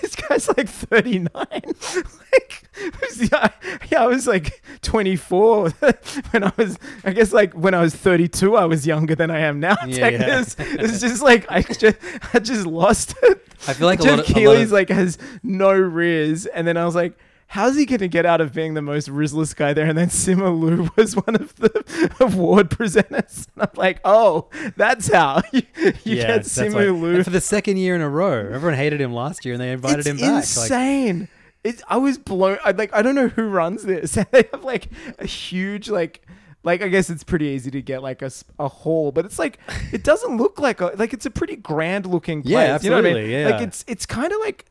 S4: this guy's like 39. like, who's- yeah, yeah, I was like 24 when I was, I guess like when I was 32, I was younger than I am now.
S3: Yeah,
S4: Like,
S3: yeah.
S4: It's, it's just like I just, I just lost it.
S3: I feel like a
S4: Jeff
S3: lot of- a lot
S4: Keighley's
S3: of-
S4: like has no riz, and then I was like, how's he gonna get out of being the most rizless guy there? And then Sima Lu was one of the award presenters, and I'm like, oh, that's how you, you get
S3: that's why-
S4: Simu Lu.
S3: and for the second year in a row. Everyone hated him last year, and they invited
S4: It's
S3: him back. Like,
S4: insane. it, I was blown. I like I don't know who runs this. they have like a huge like. Like I guess it's pretty easy to get like a, s- a hall, but it's like it doesn't look like a like it's a pretty grand looking place.
S3: Yeah,
S4: you know what I mean?
S3: absolutely, yeah.
S4: Like it's it's kind of like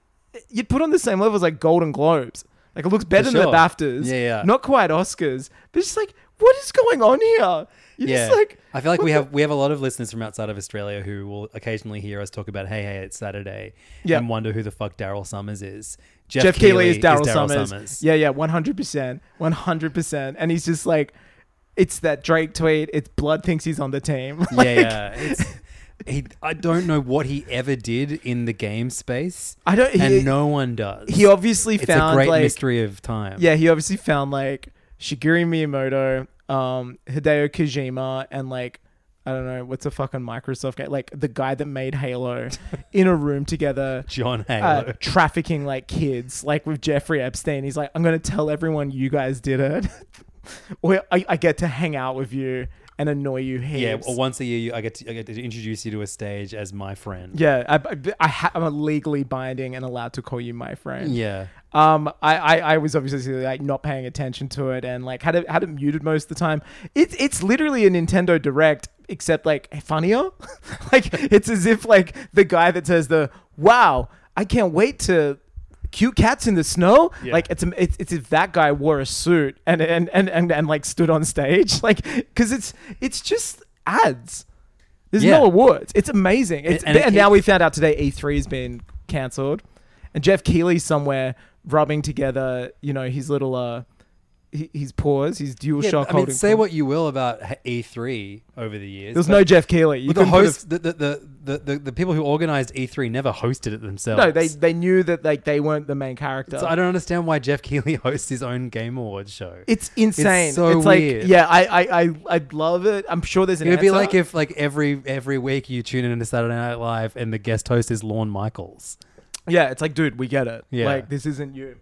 S4: you'd put on the same level as like Golden Globes. Like it looks better than
S3: sure.
S4: the BAFTAs.
S3: Yeah, yeah.
S4: Not quite Oscars, but it's just like what is going on here? You're
S3: yeah,
S4: just like
S3: I feel like
S4: what
S3: we
S4: the-
S3: have we have a lot of listeners from outside of Australia who will occasionally hear us talk about, "Hey, hey, it's Saturday,"
S4: Yeah.
S3: and wonder who the fuck Daryl Summers is.
S4: Jeff Keighley is Daryl
S3: Darryl
S4: Summers. Yeah, yeah, one hundred percent, one hundred percent. And he's just like, it's that Drake tweet. It's Blood thinks he's on the team.
S3: yeah, yeah. It's, he, I don't know what he ever did in the game space.
S4: I don't- he-
S3: and no one does.
S4: He obviously
S3: it's
S4: found
S3: a great
S4: like,
S3: mystery of time.
S4: yeah, he obviously found like Shigeru Miyamoto, um, Hideo Kojima, and like. I don't know what's a fucking Microsoft game, like the guy that made Halo, in a room together,
S3: John
S4: uh,
S3: Halo.
S4: trafficking like kids, like with Jeffrey Epstein. He's like, I'm gonna tell everyone you guys did it, or I, I get to hang out with you and annoy you heaps.
S3: yeah, well, once a year you, I get to, I get to introduce you to a stage as my friend.
S4: Yeah, I, I, I ha- I'm legally binding and allowed to call you my friend.
S3: Yeah.
S4: Um, I, I, I was obviously like not paying attention to it and like had it had it muted most of the time. It's it's literally a Nintendo Direct except like funnier. like it's as if like the guy that says the wow, I can't wait to cute cats in the snow. Like it's, it's it's if that guy wore a suit and and and and, and like stood on stage, like because it's it's just ads. There's
S3: Yeah.
S4: no awards. It's amazing. It's,
S3: And-
S4: and,
S3: and it-
S4: now we found out today E3 has been cancelled, and Jeff Keighley somewhere rubbing together, you know, his little uh, hi- his paws, his dual
S3: Yeah,
S4: shock
S3: I mean,
S4: holding.
S3: say
S4: paws.
S3: what you will about E3 over the years.
S4: There's
S3: but-
S4: no Jeff Keighley. You
S3: But the
S4: couldn't put a-
S3: host, the, the, the, the, the, the people who organized E3 never hosted it themselves.
S4: No, they they knew that like they weren't the main character.
S3: So I don't understand why Jeff Keighley hosts his own Game Awards show.
S4: it's insane. It's,
S3: so
S4: like
S3: weird.
S4: yeah, I I I I love it. I'm sure there's an.
S3: it would be
S4: answer.
S3: like if like every every week you tune in to Saturday Night Live and the guest host is Lorne Michaels.
S4: yeah, it's like dude, we get it.
S3: Yeah.
S4: like this isn't you.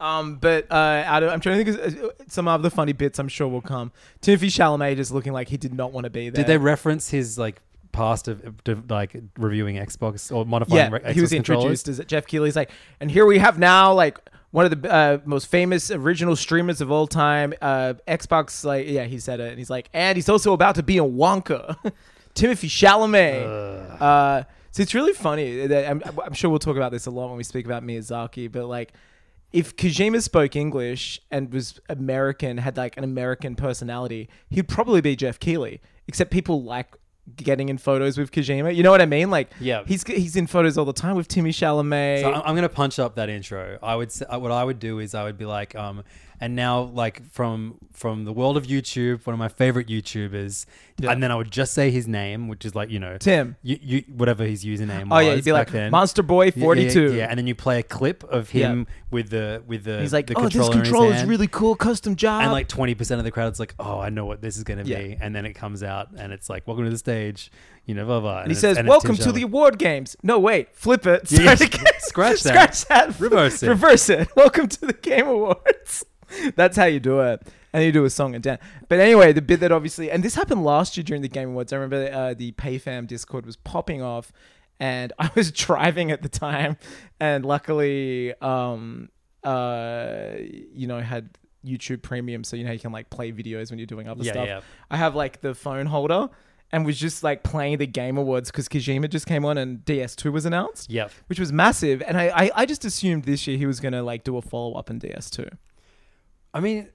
S4: Um, but uh, out of, I'm trying to think of uh, some other funny bits. I'm sure will come. Timothy Chalamet just looking like he did not want to be there.
S3: Did they reference his like past of, of like reviewing Xbox or modifying
S4: yeah,
S3: re- Xbox
S4: he was
S3: controllers?
S4: introduced as Jeff Keighley's like, and here we have now like one of the uh, most famous original streamers of all time, uh, Xbox. Like, yeah, he said it, and he's like, and he's also about to be in Wonka, Timothy Chalamet. Uh, so it's really funny. That I'm, I'm sure we'll talk about this a lot when we speak about Miyazaki, but like. If Kojima spoke English and was American, had like an American personality, he'd probably be Jeff Keighley. Except people like getting in photos with Kojima. You know what I mean? Like,
S3: Yeah.
S4: he's he's he's in photos all the time with Timmy Chalamet.
S3: So I'm, I'm gonna punch up that intro. I would s- uh, what I would do is I would be like, um, and now like from from the world of YouTube, one of my favorite YouTubers, and then I would just say his name, which is like you know
S4: Tim.
S3: you, you whatever his username.
S4: Oh,
S3: was
S4: yeah, you'd be
S3: back
S4: like,
S3: then.
S4: "Monster Boy
S3: Yeah, yeah,
S4: 42."
S3: Yeah, and then you play a clip of him with the with the
S4: he's like,
S3: the
S4: oh, this
S3: in his
S4: controller is
S3: hand."
S4: really cool, custom job.
S3: And like twenty percent of the crowd's like, oh, I know what this is gonna
S4: Yeah.
S3: be, and then it comes out, and it's like, welcome to the stage, you know, blah blah.
S4: and he says, "Welcome to the award games." No, wait, flip it.
S3: Yeah,
S4: Start
S3: yeah.
S4: again.
S3: Scratch that.
S4: Scratch that.
S3: Reverse it.
S4: Reverse it. Welcome to the Game Awards. That's how you do it. And you do a song and dance. But anyway, the bit that obviously, and this happened last year during the Game Awards. I remember uh, the PayFam Discord was popping off, and I was driving at the time, and luckily, um, uh, you know, had YouTube Premium, so you know you can like play videos when you're doing other
S3: Yeah,
S4: stuff.
S3: yeah.
S4: I have like the phone holder and was just like playing the Game Awards because Kojima just came on and DS2 was announced.
S3: Yep.
S4: Which was massive. And I, I, I just assumed this year he was going to like do a follow up in DS2.
S3: I mean,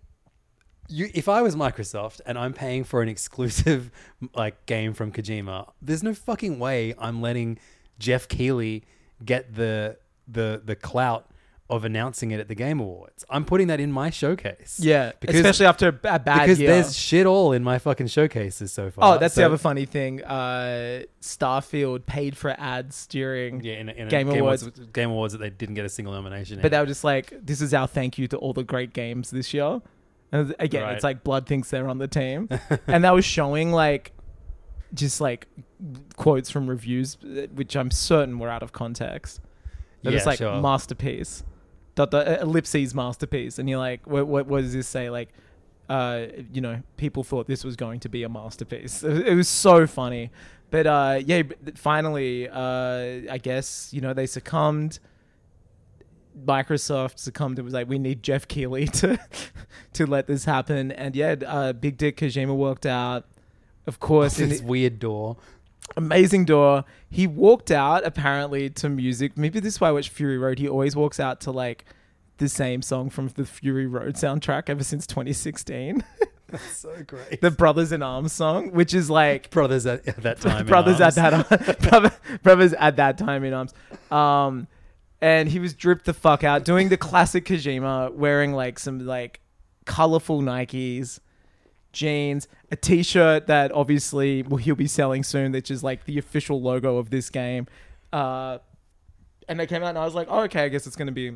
S3: you, if I was Microsoft and I'm paying for an exclusive like game from Kojima, there's no fucking way I'm letting Jeff Keighley get the the the clout of announcing it at the Game Awards. I'm putting that in my showcase.
S4: Yeah.
S3: because
S4: especially after a b- a bad
S3: because
S4: year.
S3: there's shit all in my fucking showcases so far.
S4: Oh, that's
S3: So-
S4: the other funny thing. Uh, Starfield paid for ads during
S3: Yeah, in, a, in a
S4: Game, Awards,
S3: Game Awards that they didn't get a single nomination.
S4: but
S3: in.
S4: they were just like, "This is our thank you to all the great games this year." And again,
S3: Right.
S4: it's like Blood thinks they're on the team, and that was showing like just like quotes from reviews, uh, which I'm certain were out of context. They're just
S3: Yeah,
S4: like
S3: sure.
S4: masterpiece, dot dot uh, ellipses masterpiece, and you're like, what, what, what does this say? Like, uh, you know, people thought this was going to be a masterpiece. It, it was so funny, but uh, yeah, but finally, uh, I guess you know they succumbed. Microsoft succumbed and was like, we need Jeff Keighley to to let this happen. And yeah, uh, Big Dick Kojima worked out. Of course, in
S3: this
S4: the
S3: weird door.
S4: amazing door. He walked out apparently to music. Maybe this is why I watch Fury Road. He always walks out to like the same song from the Fury Road soundtrack ever since 2016,
S3: So great.
S4: the
S3: The
S4: Brothers in Arms song, which is like
S3: brothers at, at that time. in
S4: brothers
S3: arms.
S4: at that brother, brothers at that time in arms. Um, and he was dripped the fuck out, doing the classic Kojima, wearing like some like colorful Nikes, jeans, a t-shirt that obviously well, he'll be selling soon, which is like the official logo of this game. Uh, and they came out, and I was like, oh, okay, I guess it's gonna be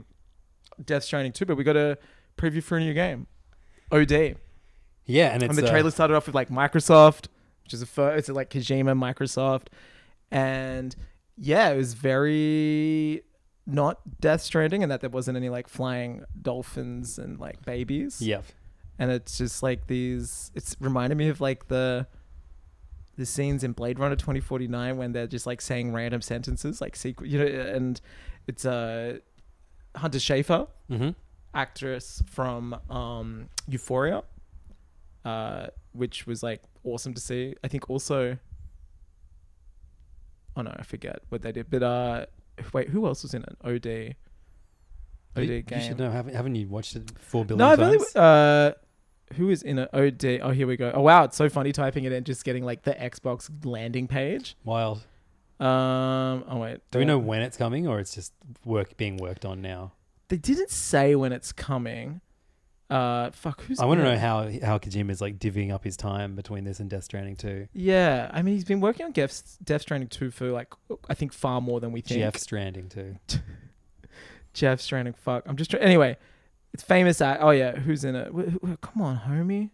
S4: Death Stranding too, but we got a preview for a new game, OD.
S3: Yeah, and it's
S4: And the
S3: uh,
S4: trailer started off with like Microsoft, which is a first, it's like Kojima, Microsoft, and yeah, it was very not Death Stranding, and that there wasn't any like flying dolphins and like babies.
S3: Yep.
S4: and it's just like these. It's reminded me of like the the scenes in Blade Runner twenty forty nine when they're just like saying random sentences, like secret, you know, and it's uh, Hunter Schafer
S3: Mm-hmm.
S4: actress from um, Euphoria, uh, which was like awesome to see. I think also, oh no, I forget what they did, but uh, Wait, who else was in it? OD. OD
S3: you,
S4: game.
S3: you should know. Haven't, haven't you watched it four billion
S4: No, I've
S3: times?
S4: only. Uh, who is in it? OD. Oh, here we go. Oh, wow. It's so funny typing it and just getting like the Xbox landing page.
S3: Wild.
S4: Um. Oh wait.
S3: Do we know when it's coming, or it's just work being worked on now?
S4: They didn't say when it's coming. Uh. Fuck. Who's?
S3: I want to
S4: in it?
S3: know how how Kojima is like divvying up his time between this and Death Stranding too.
S4: Yeah. I mean, he's been working on Death, Death Stranding 2 for like I think far more than we think.
S3: GF Stranding too.
S4: Jeff Stranding. Fuck. I'm just trying. Anyway, it's famous. Act- oh yeah, who's in it? Wh- wh- come on, homie.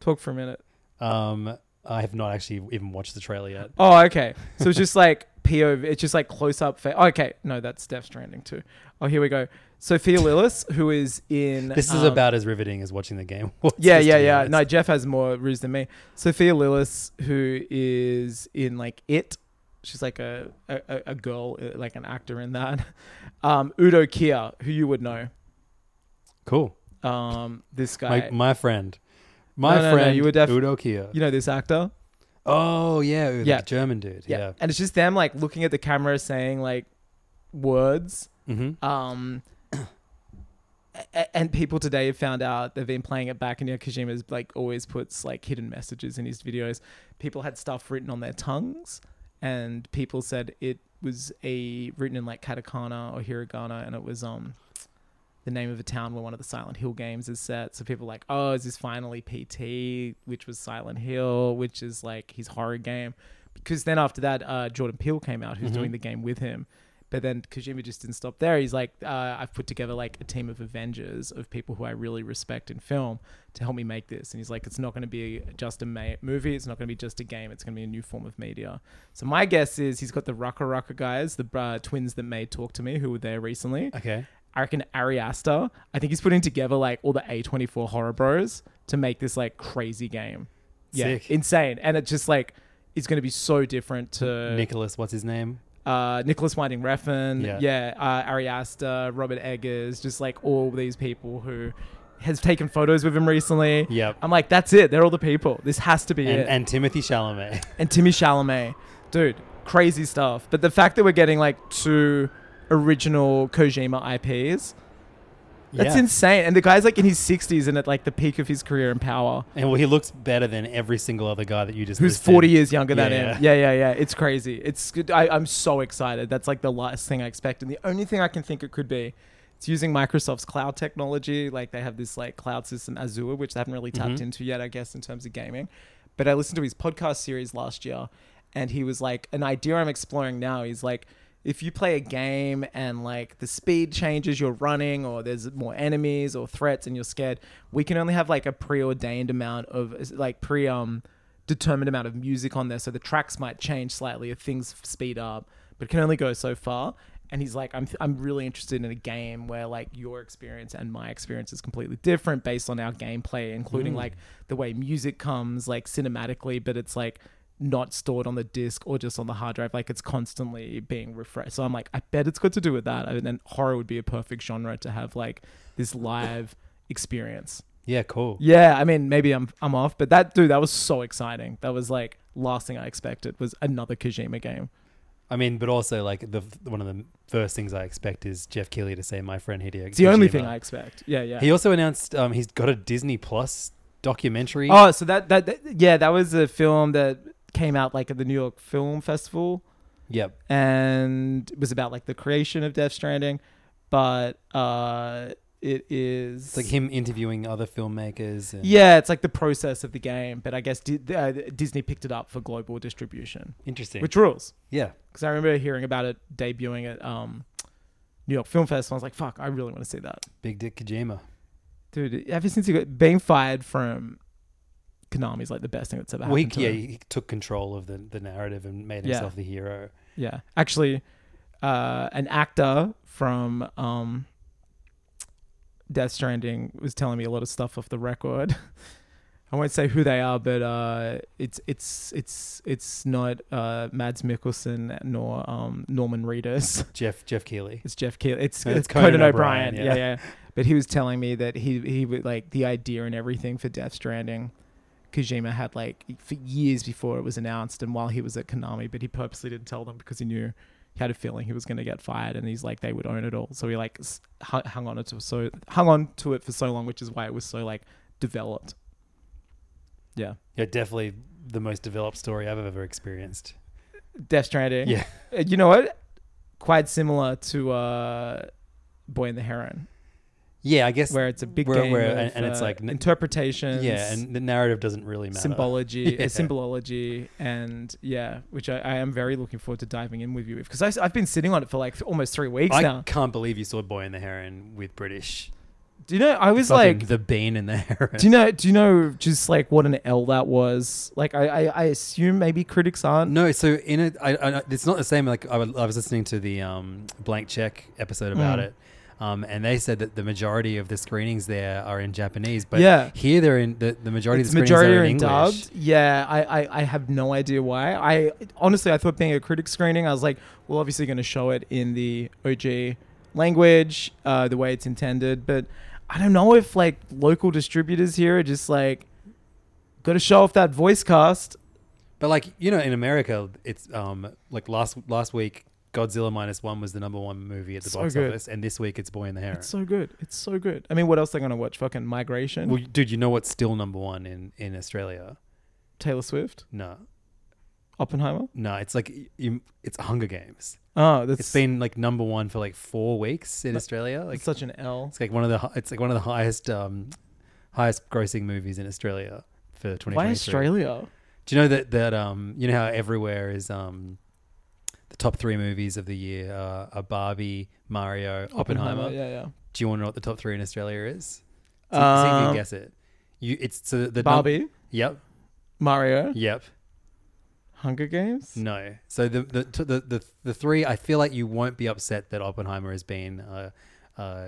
S4: Talk for a minute.
S3: Um, I have not actually even watched the trailer yet.
S4: Oh, okay. So it's just like POV. It's just like close up. Fa- okay, no, that's Death Stranding too. Oh, here we go. Sophia Lillis, who is in.
S3: This is
S4: um,
S3: about as riveting as watching the game. was,
S4: Yeah,
S3: just
S4: yeah,
S3: to be
S4: yeah.
S3: honest.
S4: No, Jeff has more ruse than me. Sophia Lillis, who is in like it. She's like a a, a- a girl, uh, like an actor in that. Um, Udo Kier, who you would know.
S3: cool.
S4: Um, this guy.
S3: My, my friend, my
S4: No, no, no,
S3: friend,
S4: you were def-
S3: Udo Kier.
S4: you know this actor?
S3: oh yeah, yeah,
S4: Yeah.
S3: the German dude. Yeah.
S4: And it's just them like looking at the camera saying like words.
S3: hmm
S4: Um a- and people today have found out they've been playing it back and you know, Kojima's like always puts like hidden messages in his videos. People had stuff written on their tongues and people said it was a written in like katakana or hiragana and it was um the name of a town where one of the Silent Hill games is set. So people are like, oh, is this finally PT, which was Silent Hill, which is like his horror game? Because then after that, uh, Jordan Peele came out, who's doing the game with him. But then Kojima just didn't stop there. He's like, uh, I've put together like a team of Avengers of people who I really respect in film to help me make this. And he's like, it's not going to be just a ma- movie. It's not going to be just a game. It's going to be a new form of media. So my guess is he's got the Rucka Rucka guys, the uh, twins that made Talk to Me, who were there recently.
S3: Okay.
S4: I reckon Ari Aster. I think he's putting together like all the A24 horror bros to make this like crazy game. Yeah,
S3: Sick.
S4: insane, and it just like it's going to be so different to
S3: Nicholas, what's his name?
S4: uh, Nicholas Winding Refn.
S3: Yeah.
S4: Yeah, uh, Ari Aster, Robert Eggers, just like all these people who has taken photos with him recently.
S3: Yep.
S4: I'm like, that's it. They're all the people. This has to be
S3: And,
S4: it
S3: and Timothy Chalamet.
S4: and Timmy Chalamet. Dude, crazy stuff. But the fact that we're getting like two original Kojima IPs, that's
S3: Yeah.
S4: insane. And the guy's like in his 60s and at like the peak of his career and power,
S3: And well, he looks better than every single other guy that you just
S4: who's
S3: listed.
S4: 40 years younger than
S3: Yeah,
S4: him. Yeah, yeah, yeah. It's crazy. It's good. I, I'm so excited. That's like the last thing I expect. And the only thing I can think it could be. It's using Microsoft's cloud technology. Like they have this like cloud system Azure, which they haven't really tapped into yet, I guess, in terms of gaming. But I listened to his podcast series last year, and he was like, an idea I'm exploring now is like, if you play a game and like the speed changes you're running, or there's more enemies or threats, and you're scared, we can only have like a preordained amount of like pre um determined amount of music on there, so the tracks might change slightly if things speed up, but it can only go so far. And he's like, I'm, I'm really interested in a game where like your experience and my experience is completely different based on our gameplay, including like the way music comes, like cinematically, but it's like not stored on the disc or just on the hard drive. Like it's constantly being refreshed. So I'm like, I bet it's got to do with that. And then horror would be a perfect genre to have like this live experience.
S3: Yeah, cool.
S4: Yeah, I mean, maybe I'm I'm off, but that dude, that was so exciting. That was like last thing I expected was another Kojima game.
S3: I mean, but also like the one of the first things I expect is Jeff Keighley to say, "My friend Hideo."
S4: It's the only thing I expect. Yeah, yeah.
S3: He also announced um, he's got a Disney Plus documentary.
S4: oh, so that, that that yeah, that was a film that came out like at the New York Film Festival
S3: Yep.
S4: and it was about like the creation of Death Stranding, but uh it is
S3: It's like him interviewing other filmmakers. And
S4: yeah, it's like the process of the game, but I guess Di- uh, Disney picked it up for global distribution,
S3: Interesting.
S4: which rules.
S3: yeah.
S4: because I remember hearing about it debuting at um, New York Film Festival. I was like, "Fuck, I really want to see that,
S3: Big Dick Kojima.
S4: dude." Ever since he got being fired from Konami is like the best thing that's ever
S3: Well,
S4: happened
S3: he,
S4: to
S3: yeah,
S4: him.
S3: he took control of the, the narrative and made
S4: Yeah.
S3: himself the hero.
S4: Yeah, actually, uh, an actor from um, Death Stranding was telling me a lot of stuff off the record. I won't say who they are, but uh, it's it's it's it's not uh, Mads Mikkelsen nor um, Norman Reedus.
S3: Jeff Jeff Keighley.
S4: It's Jeff Keely. It's,
S3: No, it's
S4: it's Conan,
S3: Conan
S4: O'Brien.
S3: O'Brien,
S4: Yeah.
S3: yeah.
S4: yeah, But he was telling me that he he would like the idea and everything for Death Stranding. Kojima had like for years before it was announced, and while he was at Konami, but he purposely didn't tell them because he knew he had a feeling he was going to get fired, and he's like they would own it all. So he like s- hu- hung on it to so hung on to it for so long, which is why it was so like developed. Yeah,
S3: Yeah, definitely the most developed story I've ever experienced.
S4: Death Stranding.
S3: Yeah.
S4: Uh, you know what? Quite similar to uh, Boy and the Heron,
S3: Yeah, I guess.
S4: where it's a big
S3: Where-
S4: game
S3: where-
S4: of,
S3: and- and it's
S4: uh,
S3: like n-
S4: interpretations.
S3: yeah, and the narrative doesn't really matter.
S4: symbology,
S3: Yeah.
S4: uh, symbology, and yeah, which I, I am very looking forward to diving in with you with because I've been sitting on it for like th- almost three weeks
S3: I
S4: now.
S3: can't believe you saw Boy and the Heron with British.
S4: Do you know? I was
S3: Fucking
S4: like,
S3: the bean and the heron.
S4: do you know? Do you know just like what an L that was? Like I, I, I assume maybe critics aren't.
S3: No, so in it, I, I, it's not the same. Like I, was- I was listening to the um, blank check episode
S4: Mm.
S3: about it, um, and they said that the majority of the screenings there are in Japanese, but
S4: Yeah.
S3: here they're in the, the majority of
S4: It's
S3: the screenings
S4: majority
S3: are
S4: are
S3: in English.
S4: dubbed. Yeah, I, I, I have no idea why. I honestly, I thought being a critic screening, I was like, well, obviously going to show it in the OG language, uh, the way it's intended. But I don't know if like local distributors here are just like, got to show off that voice cast.
S3: But like you know, in America, it's um, like last last week, Godzilla minus one was the number one movie at the
S4: So
S3: box
S4: good.
S3: office, and this week it's Boy and the Heron.
S4: It's so good. It's so good. I mean, what else they going to watch? Fucking Migration.
S3: well, dude, you know what's still number one in in Australia?
S4: Taylor Swift,
S3: No,
S4: Oppenheimer.
S3: no, it's like you, it's Hunger Games.
S4: Oh, that's
S3: It's been like number one for like four weeks in Australia. Like
S4: it's such an L.
S3: It's like one of the hi- it's like one of the highest um, highest grossing movies in Australia for 2023.
S4: Why Australia?
S3: Do you know that that um you know how everywhere is um the top three movies of the year uh, are Barbie, Mario, Oppenheimer.
S4: Yeah, yeah.
S3: Do you want to know what the top three in Australia is? See, see if you can
S4: Um,
S3: guess it. You it's so the num-
S4: Barbie,
S3: yep,
S4: Mario,
S3: yep.
S4: Hunger Games.
S3: No. So the the t- the the, the three. I feel like you won't be upset that Oppenheimer has been uh, uh,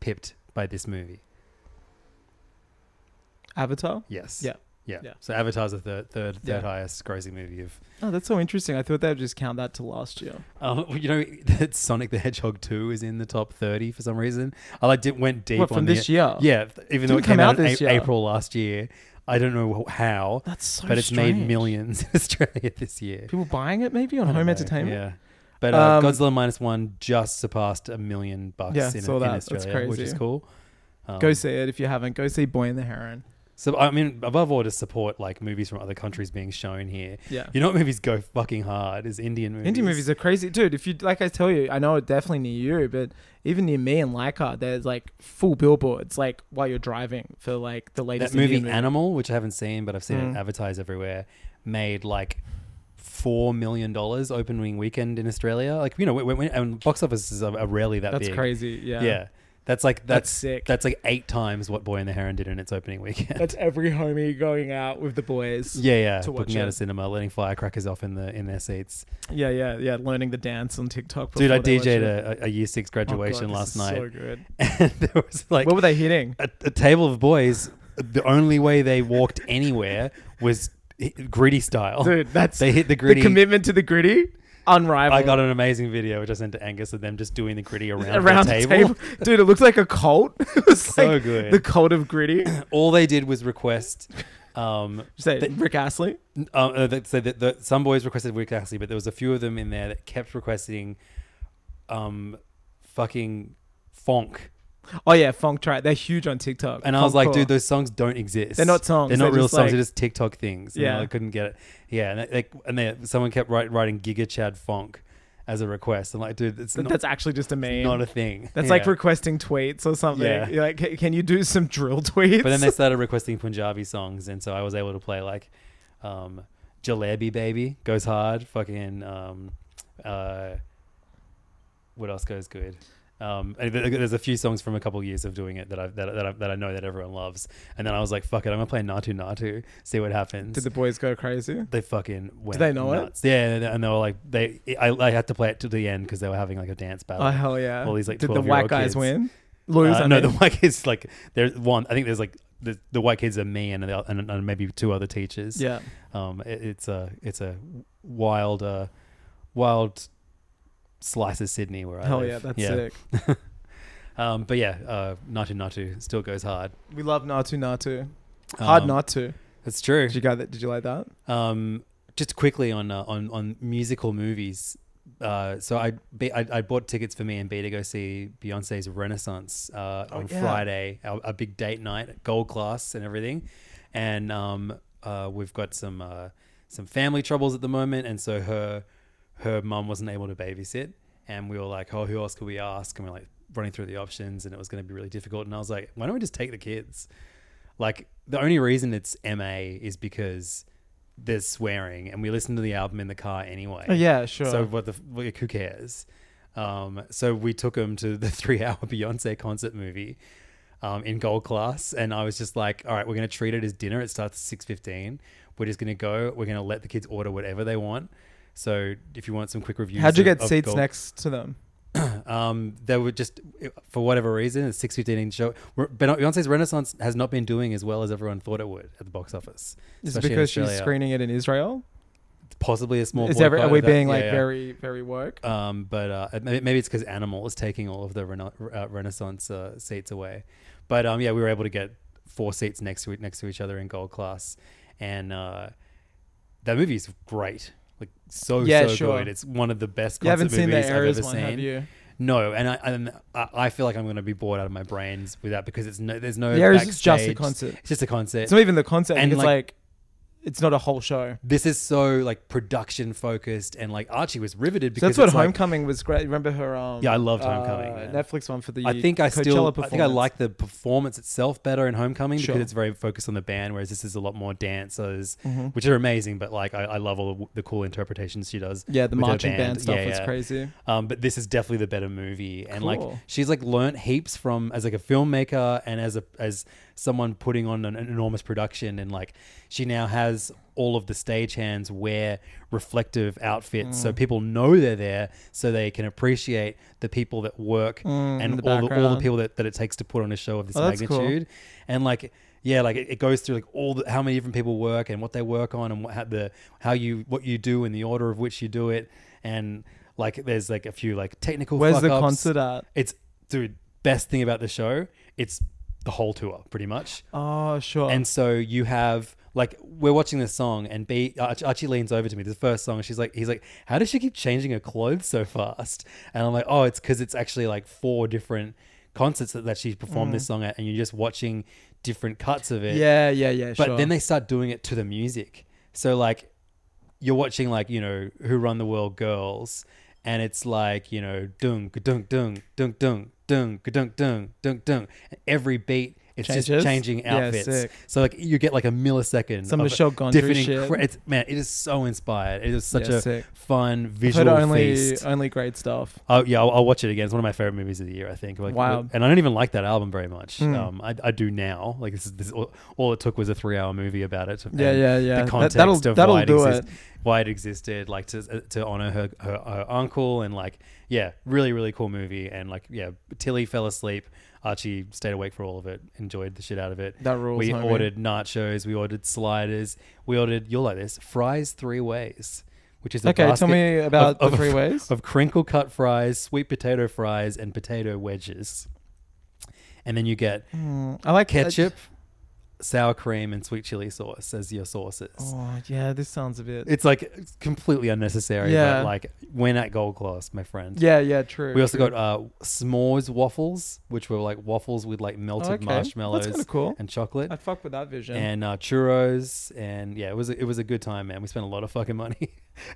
S3: pipped by this movie.
S4: Avatar.
S3: Yes.
S4: Yeah.
S3: Yeah.
S4: Yeah.
S3: So Avatar's the third, third, third
S4: Yeah.
S3: highest grossing movie of.
S4: Oh, that's so interesting. I thought they would just count that to last year.
S3: Um, you know that Sonic the Hedgehog two is in the top thirty for some reason. I like did, went deep
S4: What,
S3: on
S4: from
S3: the-
S4: this year?
S3: Yeah, th- even though it
S4: Didn't come
S3: came out,
S4: out
S3: in
S4: this
S3: A-
S4: year.
S3: April last year, I don't know wh- how.
S4: That's so
S3: But it's made
S4: strange.
S3: millions in Australia this year.
S4: People buying it maybe on
S3: I don't
S4: home
S3: know.
S4: entertainment.
S3: Yeah. But uh,
S4: Um,
S3: Godzilla minus one just surpassed a million bucks
S4: Yeah,
S3: in,
S4: saw
S3: in
S4: that. That's
S3: Australia, which is
S4: crazy.
S3: cool. Um,
S4: Go see it if you haven't. Go see Boy and the Heron.
S3: So I mean, above all, to support like movies from other countries being shown here.
S4: Yeah.
S3: You know what movies go fucking hard is Indian movies.
S4: Indie movies are crazy, dude. If you like, I tell you, I know it's definitely near you, but even near me in Leichhardt, there's like full billboards, like while you're driving for like the latest
S3: that movie,
S4: Indian Mm.
S3: Animal, which I haven't seen, but I've seen it advertised everywhere, made like four million dollars opening weekend in Australia. Like you know, when, when, and box offices are, are rarely that
S4: That's
S3: big.
S4: crazy. Yeah.
S3: Yeah. That's like that's,
S4: That's sick.
S3: That's like eight times what Boy and the Heron did in its opening weekend.
S4: That's every homie going out with the boys.
S3: yeah, yeah.
S4: to watch
S3: Booking out
S4: it.
S3: a cinema, letting firecrackers off in the in their seats.
S4: yeah, yeah, yeah. Learning the dance on TikTok.
S3: Dude, I
S4: before they watch
S3: DJ'd
S4: it.
S3: a, a year six
S4: Oh, God,
S3: graduation
S4: this
S3: last
S4: is
S3: night,
S4: So good.
S3: and there was like
S4: What were they hitting?
S3: a, a table of boys. The only way they walked anywhere was gritty style.
S4: Dude, that's
S3: they hit the gritty.
S4: The commitment to the gritty, unrivaled.
S3: I got an amazing video which I sent to Angus of them just doing the gritty around,
S4: around
S3: the,
S4: the
S3: table.
S4: table. Dude, it looks like a cult. it was
S3: So
S4: like
S3: good.
S4: The cult of gritty.
S3: All they did was request. Um,
S4: Say Rick Astley.
S3: n- uh, uh, that, so that the, some boys requested Rick Astley, but there was a few of them in there that kept requesting, um, fucking Fonk.
S4: Oh yeah, funk track. They're huge on TikTok.
S3: And I was like,
S4: Funkcore.
S3: dude, those songs don't exist.
S4: They're not songs.
S3: They're not
S4: They're
S3: real
S4: just
S3: songs.
S4: like-
S3: They're just TikTok things. Yeah,
S4: Yeah.
S3: I couldn't get it. Yeah, and they, and they, someone kept write, writing Giga Chad Fonk as a request. I'm like, dude, it's
S4: Th-
S3: not,
S4: that's actually just a meme.
S3: not a thing.
S4: that's
S3: Yeah.
S4: like requesting tweets or something.
S3: Yeah.
S4: You're like, "Ca- can you do some drill tweets?
S3: But then they started requesting Punjabi songs, and so I was able to play like um, Jalebi Baby goes hard, fucking um, uh, what else goes good. Um, and th- there's a few songs from a couple of years of doing it that I that, that, I, that I know that everyone loves, and then I was like, "Fuck it, I'm gonna play Natu Natu, see what happens."
S4: Did the boys go crazy?
S3: they fucking went.
S4: they know it?
S3: nuts. Yeah, and they- and they were like, they I, I had to play it to the end because they were having like a dance battle.
S4: Oh hell yeah!
S3: All these like
S4: Did the
S3: 12-year-old
S4: white guys
S3: kids.
S4: win? Lose?
S3: Uh,
S4: I
S3: no, the
S4: mean.
S3: white kids like there's one. I think there's like the, the white kids are me and, the- and, and maybe two other teachers.
S4: yeah.
S3: Um, it, it's a it's a wild uh, wild slice of Sydney where I
S4: Hell
S3: live.
S4: yeah, that's sick.
S3: Um, but yeah, uh, Natu Natu still goes hard.
S4: We love Natu Natu. Hard
S3: Um,
S4: not to.
S3: It's true.
S4: Did you guys? Did you like that?
S3: Um, just quickly on uh, on on musical movies. uh, so I, be, I I bought tickets for me and B to go see Beyonce's Renaissance uh, on
S4: yeah.
S3: Friday, a, a big date night, gold class and everything, and um, uh, we've got some uh, some family troubles at the moment, and so her her mum wasn't able to babysit, and we were like, oh, who else could we ask? And we are like running through the options, and it was going to be really difficult. And I was like, why don't we just take the kids? Like the only reason it's MA is because there's swearing, and we listen to the album in the car anyway.
S4: Oh, yeah, sure.
S3: So what the f- like, who cares? Um, so we took him to the three-hour Beyonce concert movie um, in gold class, and I was just like, "All right, we're gonna treat it as dinner. It starts at six fifteen. We're just gonna go. We're gonna let the kids order whatever they want." So if you want some quick reviews,
S4: How'd you
S3: of-
S4: get
S3: of
S4: seats
S3: Gold-
S4: next to them?
S3: um, they were just for whatever reason at six fifteen show. Re- Beyonce's Renaissance has not been doing as well as everyone thought it would at the box office.
S4: Is it
S3: especially in
S4: because she's
S3: Australia.
S4: screening it in Israel?
S3: possibly a small.
S4: Is every,
S3: boycott
S4: are we
S3: of that-
S4: being
S3: yeah,
S4: like
S3: yeah.
S4: very, very woke?
S3: Um, but uh, may- maybe it's because Animal is taking all of the rena- uh, Renaissance uh, seats away. But um, yeah, we were able to get four seats next to e, next to each other in gold class, and uh, that movie is great. Like so
S4: Yeah,
S3: so
S4: sure.
S3: good. It's one of the best concert
S4: You haven't
S3: movies
S4: seen the
S3: I've
S4: Eras
S3: ever
S4: one,
S3: seen.
S4: have you?
S3: No, and I and I I feel like I'm going to be bored out of my brains with that because it's no there's no
S4: The Eras is just a
S3: backstage.
S4: concert.
S3: It's just a concert.
S4: It's not even the concert. I
S3: And
S4: think it's
S3: like-
S4: like, it's not a whole show.
S3: this is so like production focused and like Archie was riveted
S4: So
S3: because
S4: that's what
S3: it's like-
S4: Homecoming was great. Remember her? Um,
S3: Yeah, I loved Homecoming, man.
S4: Netflix one for the.
S3: I think I
S4: Coachella
S3: still I think I
S4: performance.
S3: like the performance itself better in Homecoming
S4: Sure.
S3: because it's very focused on the band, whereas this is a lot more dancers,
S4: Mm-hmm.
S3: which are amazing. But like I, I love all the, the cool interpretations she does.
S4: Yeah, the
S3: with her
S4: marching band stuff was crazy.
S3: Um, but this is definitely the better movie, and like
S4: Cool.
S3: she's like learnt heaps from as like a filmmaker and as a as someone putting on an, an enormous production, and like she now has all of the stagehands wear reflective outfits
S4: Mm.
S3: so people know they're there so they can appreciate the people that work and
S4: Mm, the
S3: all, the, all the
S4: background.
S3: people that, that it takes to put on a show of this
S4: Oh, that's cool.
S3: magnitude and like yeah like it, it goes through like all the, how many different people work and what they work on and what how the how you what you do and the order of which you do it and like there's like a few like technical
S4: Where's the
S3: fuck-ups.
S4: concert at?
S3: it's dude best thing about the show it's the whole tour pretty much
S4: Oh, sure.
S3: and so you have like we're watching this song, and B Arch- Archie leans over to me. The first song, she's like, he's like, how does she keep changing her clothes so fast? And I'm like, oh, it's because it's actually like four different concerts that, that she's performed this song at, and you're just watching different cuts of it.
S4: Mm. yeah, yeah, yeah.
S3: But
S4: sure.
S3: then they start doing it to the music. So like you're watching like, you know, Who Run the World Girls and it's like, you know, dung dung dung dung dung dung dung dung dung dung and every beat it's
S4: Changes?
S3: just changing
S4: Yeah,
S3: outfits.
S4: sick.
S3: so like you get like a millisecond.
S4: Some
S3: of
S4: Michelle
S3: a
S4: Gondry
S3: different
S4: shit.
S3: incre- it's, man, it is so inspired. It is such
S4: Yeah,
S3: a
S4: sick.
S3: fun
S4: I've heard
S3: visual
S4: only
S3: feast.
S4: only great stuff.
S3: Oh yeah, I'll, I'll watch it again. It's one of my favorite movies of the year, I think. Like,
S4: Wow. Hmm.
S3: And I don't even like that album very much. Um, I, I do now. Like this, is, this all, all it took was a three-hour movie about it.
S4: Yeah,
S3: and
S4: yeah, yeah.
S3: The
S4: That-
S3: context
S4: that'll-
S3: of
S4: that'll
S3: why, it
S4: do
S3: exist-
S4: it.
S3: why it existed, like to to honor her, her her uncle, and like yeah, really really cool movie. And like yeah, Tilly fell asleep. Archie stayed awake for all of it. Enjoyed the shit out of it.
S4: That rules,
S3: We
S4: homie.
S3: ordered nachos. We ordered sliders. We ordered you'll like this fries three ways. Which is a
S4: Okay, tell
S3: basket
S4: me
S3: of-
S4: about the
S3: of-
S4: three ways.
S3: of crinkle cut fries, sweet potato fries, and potato wedges. And then you get
S4: Mm. I like
S3: ketchup, sour cream, and sweet chili sauce as your sauces.
S4: Oh, yeah. This sounds a bit.
S3: It's like it's completely unnecessary,
S4: Yeah.
S3: but like when at Gold Class, my friend.
S4: yeah, yeah. True.
S3: We also
S4: true.
S3: got uh, s'mores waffles, which were like waffles with like melted
S4: okay. That's
S3: marshmallows
S4: kinda cool.
S3: and chocolate,
S4: I fuck with that vision.
S3: and uh, churros, and yeah, it was it was a good time, man. We spent a lot of fucking money,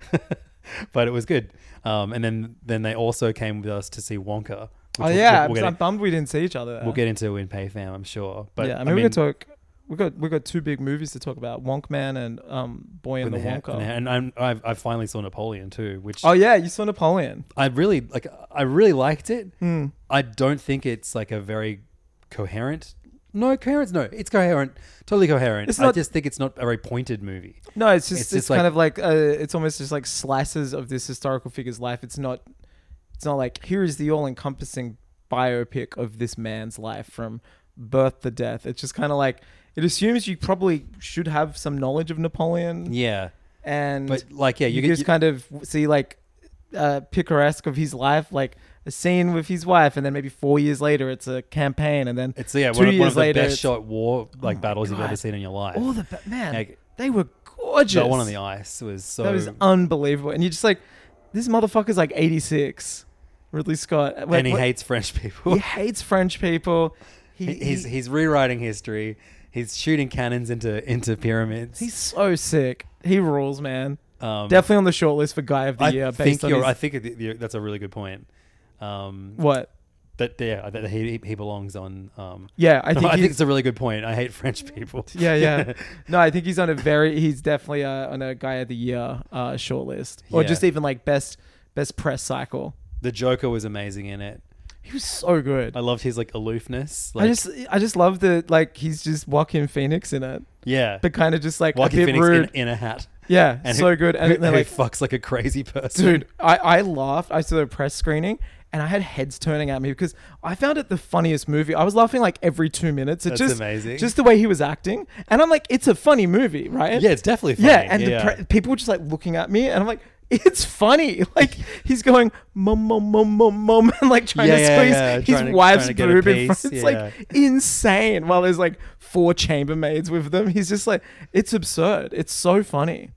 S3: but it was good. Um, and then then they also came with us to see Wonka. which
S4: oh
S3: we'll-
S4: yeah,
S3: we'll,
S4: I'm,
S3: we'll get
S4: I'm
S3: in-
S4: bummed we didn't see each other.
S3: we'll get into in PayFam, I'm sure. But
S4: yeah, I mean, we could talk. We got we got two big movies to talk about: Wonkman and um Boy and the,
S3: with the hair-
S4: Wonka.
S3: and the hair- and I'm, I've I finally saw Napoleon too, which
S4: Oh yeah, you saw Napoleon.
S3: I really like. I really liked it.
S4: Hmm.
S3: I don't think it's like a very coherent. No, coherence. No, it's coherent. Totally coherent.
S4: It's not-
S3: I just think it's not a very pointed movie.
S4: No, it's just
S3: It's
S4: it's,
S3: just
S4: kind of like uh, it's almost just like slices of this historical figure's life. It's not it's not like here is the all encompassing biopic of this man's life from birth to death. It's just kind of like it assumes you probably should have some knowledge of Napoleon
S3: Yeah,
S4: and
S3: but like yeah,
S4: you,
S3: you, get
S4: just kind of see like uh, picaresque of his life, like a scene with his wife, and then maybe four years later it's a campaign, and then
S3: It's yeah,
S4: two
S3: one, of-
S4: years
S3: one of the
S4: later
S3: best
S4: it's- Oh
S3: shot war like battles you've
S4: God.
S3: ever seen in your life.
S4: All the ba- man,
S3: Like,
S4: they were gorgeous.
S3: that one on the ice was so
S4: That was unbelievable. And you just like This motherfucker's like 86. Ridley Scott. Wait,
S3: and he
S4: what-
S3: hates French people.
S4: He hates French people. He,
S3: he's
S4: he-
S3: he's rewriting history. He's shooting cannons into into pyramids.
S4: he's so sick. He rules, man.
S3: um,
S4: Definitely on the short list for guy of the
S3: I
S4: year.
S3: think
S4: Based on
S3: you're.
S4: his-
S3: I think that you're- that's a really good point. Um,
S4: what?
S3: that yeah, that he he belongs on. Um,
S4: Yeah, I think
S3: I think
S4: he's.
S3: it's a really good point. I hate French people.
S4: yeah, yeah. No, I think he's on a very. He's definitely uh, on a guy of the year uh, short list, or
S3: Yeah.
S4: just even like best best press cycle.
S3: The Joker was amazing in it.
S4: He was so good.
S3: I loved his like aloofness. Like,
S4: I just I just love that like he's just Joaquin Phoenix in it,
S3: yeah,
S4: but kind of just like
S3: Joaquin
S4: a bit
S3: Phoenix
S4: rude.
S3: in, in a hat.
S4: yeah, so
S3: who-
S4: good. And
S3: who,
S4: then
S3: who
S4: like
S3: fucks like a crazy person,
S4: dude I, I laughed i saw the press screening and i had heads turning at me because i found it the funniest movie i was laughing like every two minutes it
S3: That's
S4: just
S3: amazing.
S4: just the way he was acting and i'm like it's a funny movie right
S3: Yeah, it's definitely funny.
S4: yeah and
S3: Yeah.
S4: The pre- people were just like looking at me and i'm like it's funny like he's going mum mum mum mum mum and like trying
S3: Yeah,
S4: to
S3: yeah,
S4: squeeze
S3: yeah,
S4: his
S3: trying to-
S4: wife's
S3: trying to get a
S4: boob in front
S3: piece,
S4: it's
S3: yeah.
S4: like insane while there's like four chambermaids with them he's just like it's absurd it's so funny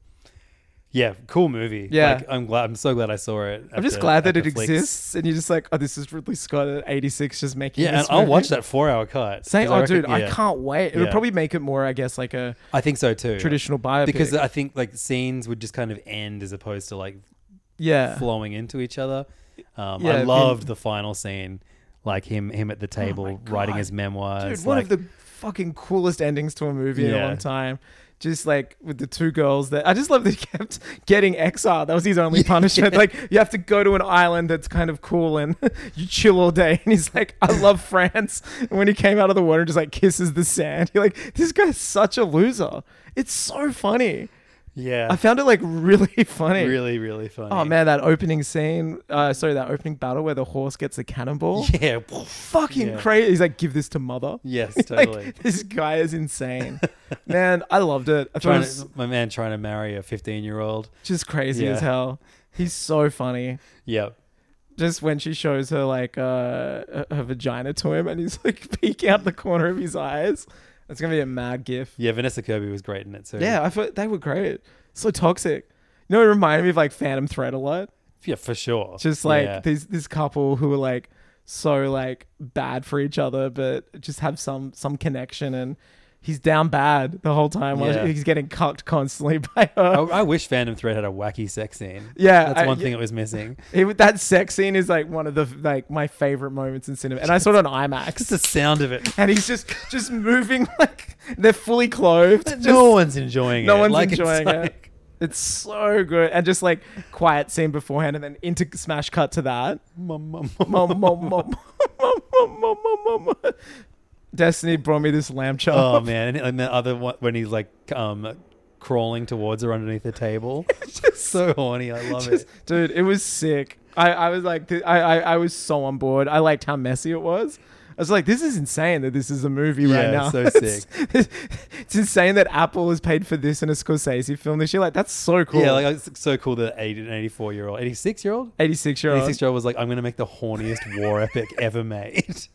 S3: Yeah, cool movie.
S4: Yeah.
S3: like, I'm glad. I'm so glad I saw it. at
S4: I'm just
S3: the-
S4: glad
S3: at
S4: that it
S3: the Flicks.
S4: exists, and you're just like, oh, this is Ridley Scott at 86, just making.
S3: Yeah, and
S4: this
S3: I'll
S4: movie."
S3: watch that four-hour cut.
S4: Say,
S3: 'cause I
S4: oh,
S3: reckon-
S4: dude, I
S3: yeah.
S4: can't wait. It would
S3: Yeah.
S4: probably make it more, I guess, like a
S3: I think so too.
S4: traditional biopic.
S3: because uh, I think like scenes would just kind of end as opposed to like
S4: yeah,
S3: flowing into each other. Um,
S4: Yeah, I
S3: I
S4: mean- Oh
S3: loved the final scene, like him him at the table writing his
S4: dude,
S3: memoirs.
S4: one
S3: Uh, like,
S4: of the fucking coolest endings to a movie in a
S3: Yeah.
S4: long time. Just like with the two girls that I just love that he kept getting exiled. That was his only punishment. Like you have to go to an island that's kind of cool and you chill all day. And he's like, I love France. And when he came out of the water, just like kisses the sand. You're like, this guy's such a loser. It's so funny.
S3: yeah,
S4: I found it like really funny.
S3: really really funny.
S4: Oh man, that opening scene. Uh, sorry, that opening battle where the horse gets the cannonball.
S3: yeah,
S4: Fucking
S3: Yeah.
S4: crazy. He's like, give this to mother.
S3: yes,
S4: Like,
S3: totally.
S4: this guy is insane. man, I loved it. I thought it
S3: Trying
S4: was
S3: to, my man trying to marry a 15 year old.
S4: just crazy
S3: Yeah.
S4: as hell. He's so funny.
S3: Yep.
S4: Just when she shows her like uh, her- her vagina to him, and he's like peeking out the corner of his eyes. It's gonna be a mad gif.
S3: Yeah, Vanessa Kirby was great in it too.
S4: Yeah, I thought they were great. So toxic. You know, it reminded me of like Phantom Thread a lot.
S3: yeah, for sure.
S4: just like
S3: Yeah.
S4: these this couple who are like so like bad for each other but just have some some connection and he's down bad the whole time while
S3: Yeah. Oh.
S4: he's getting cucked constantly by her
S3: I, I wish Phantom Thread had a wacky sex scene.
S4: Yeah,
S3: that's
S4: I-
S3: one thing it was missing.
S4: It would- that sex scene is like one of the like my favorite moments in cinema and i saw it on
S3: Just
S4: imax
S3: the sound of it.
S4: and he's just just moving like they're fully clothed just-
S3: no one's enjoying
S4: no
S3: it.
S4: one's
S3: Like, it's
S4: enjoying it
S3: like-
S4: it's so good and just like quiet scene beforehand and then into smash cut to that
S3: Mum, mum, mum.
S4: mom, mom, mom, mom, mom, mom, mom, mom. Destiny brought me this lamb chop.
S3: Oh man, and, and the other one when he's like um crawling towards her underneath the table. so horny, I Oh, love
S4: Just-
S3: it.
S4: dude, it was sick. I, I was like, th- I, I, I was so on board. I liked how messy it was. I was like, this is insane that this is a movie right
S3: Yeah,
S4: now.
S3: so
S4: It's- It's, insane that Apple has paid for this in a Scorsese film this year. Like, that's so cool.
S3: Yeah, like it's so cool that 80, an 84 year old, 86 year old,
S4: 86 year old.
S3: 86 year old was like, I'm gonna make the horniest war epic ever made.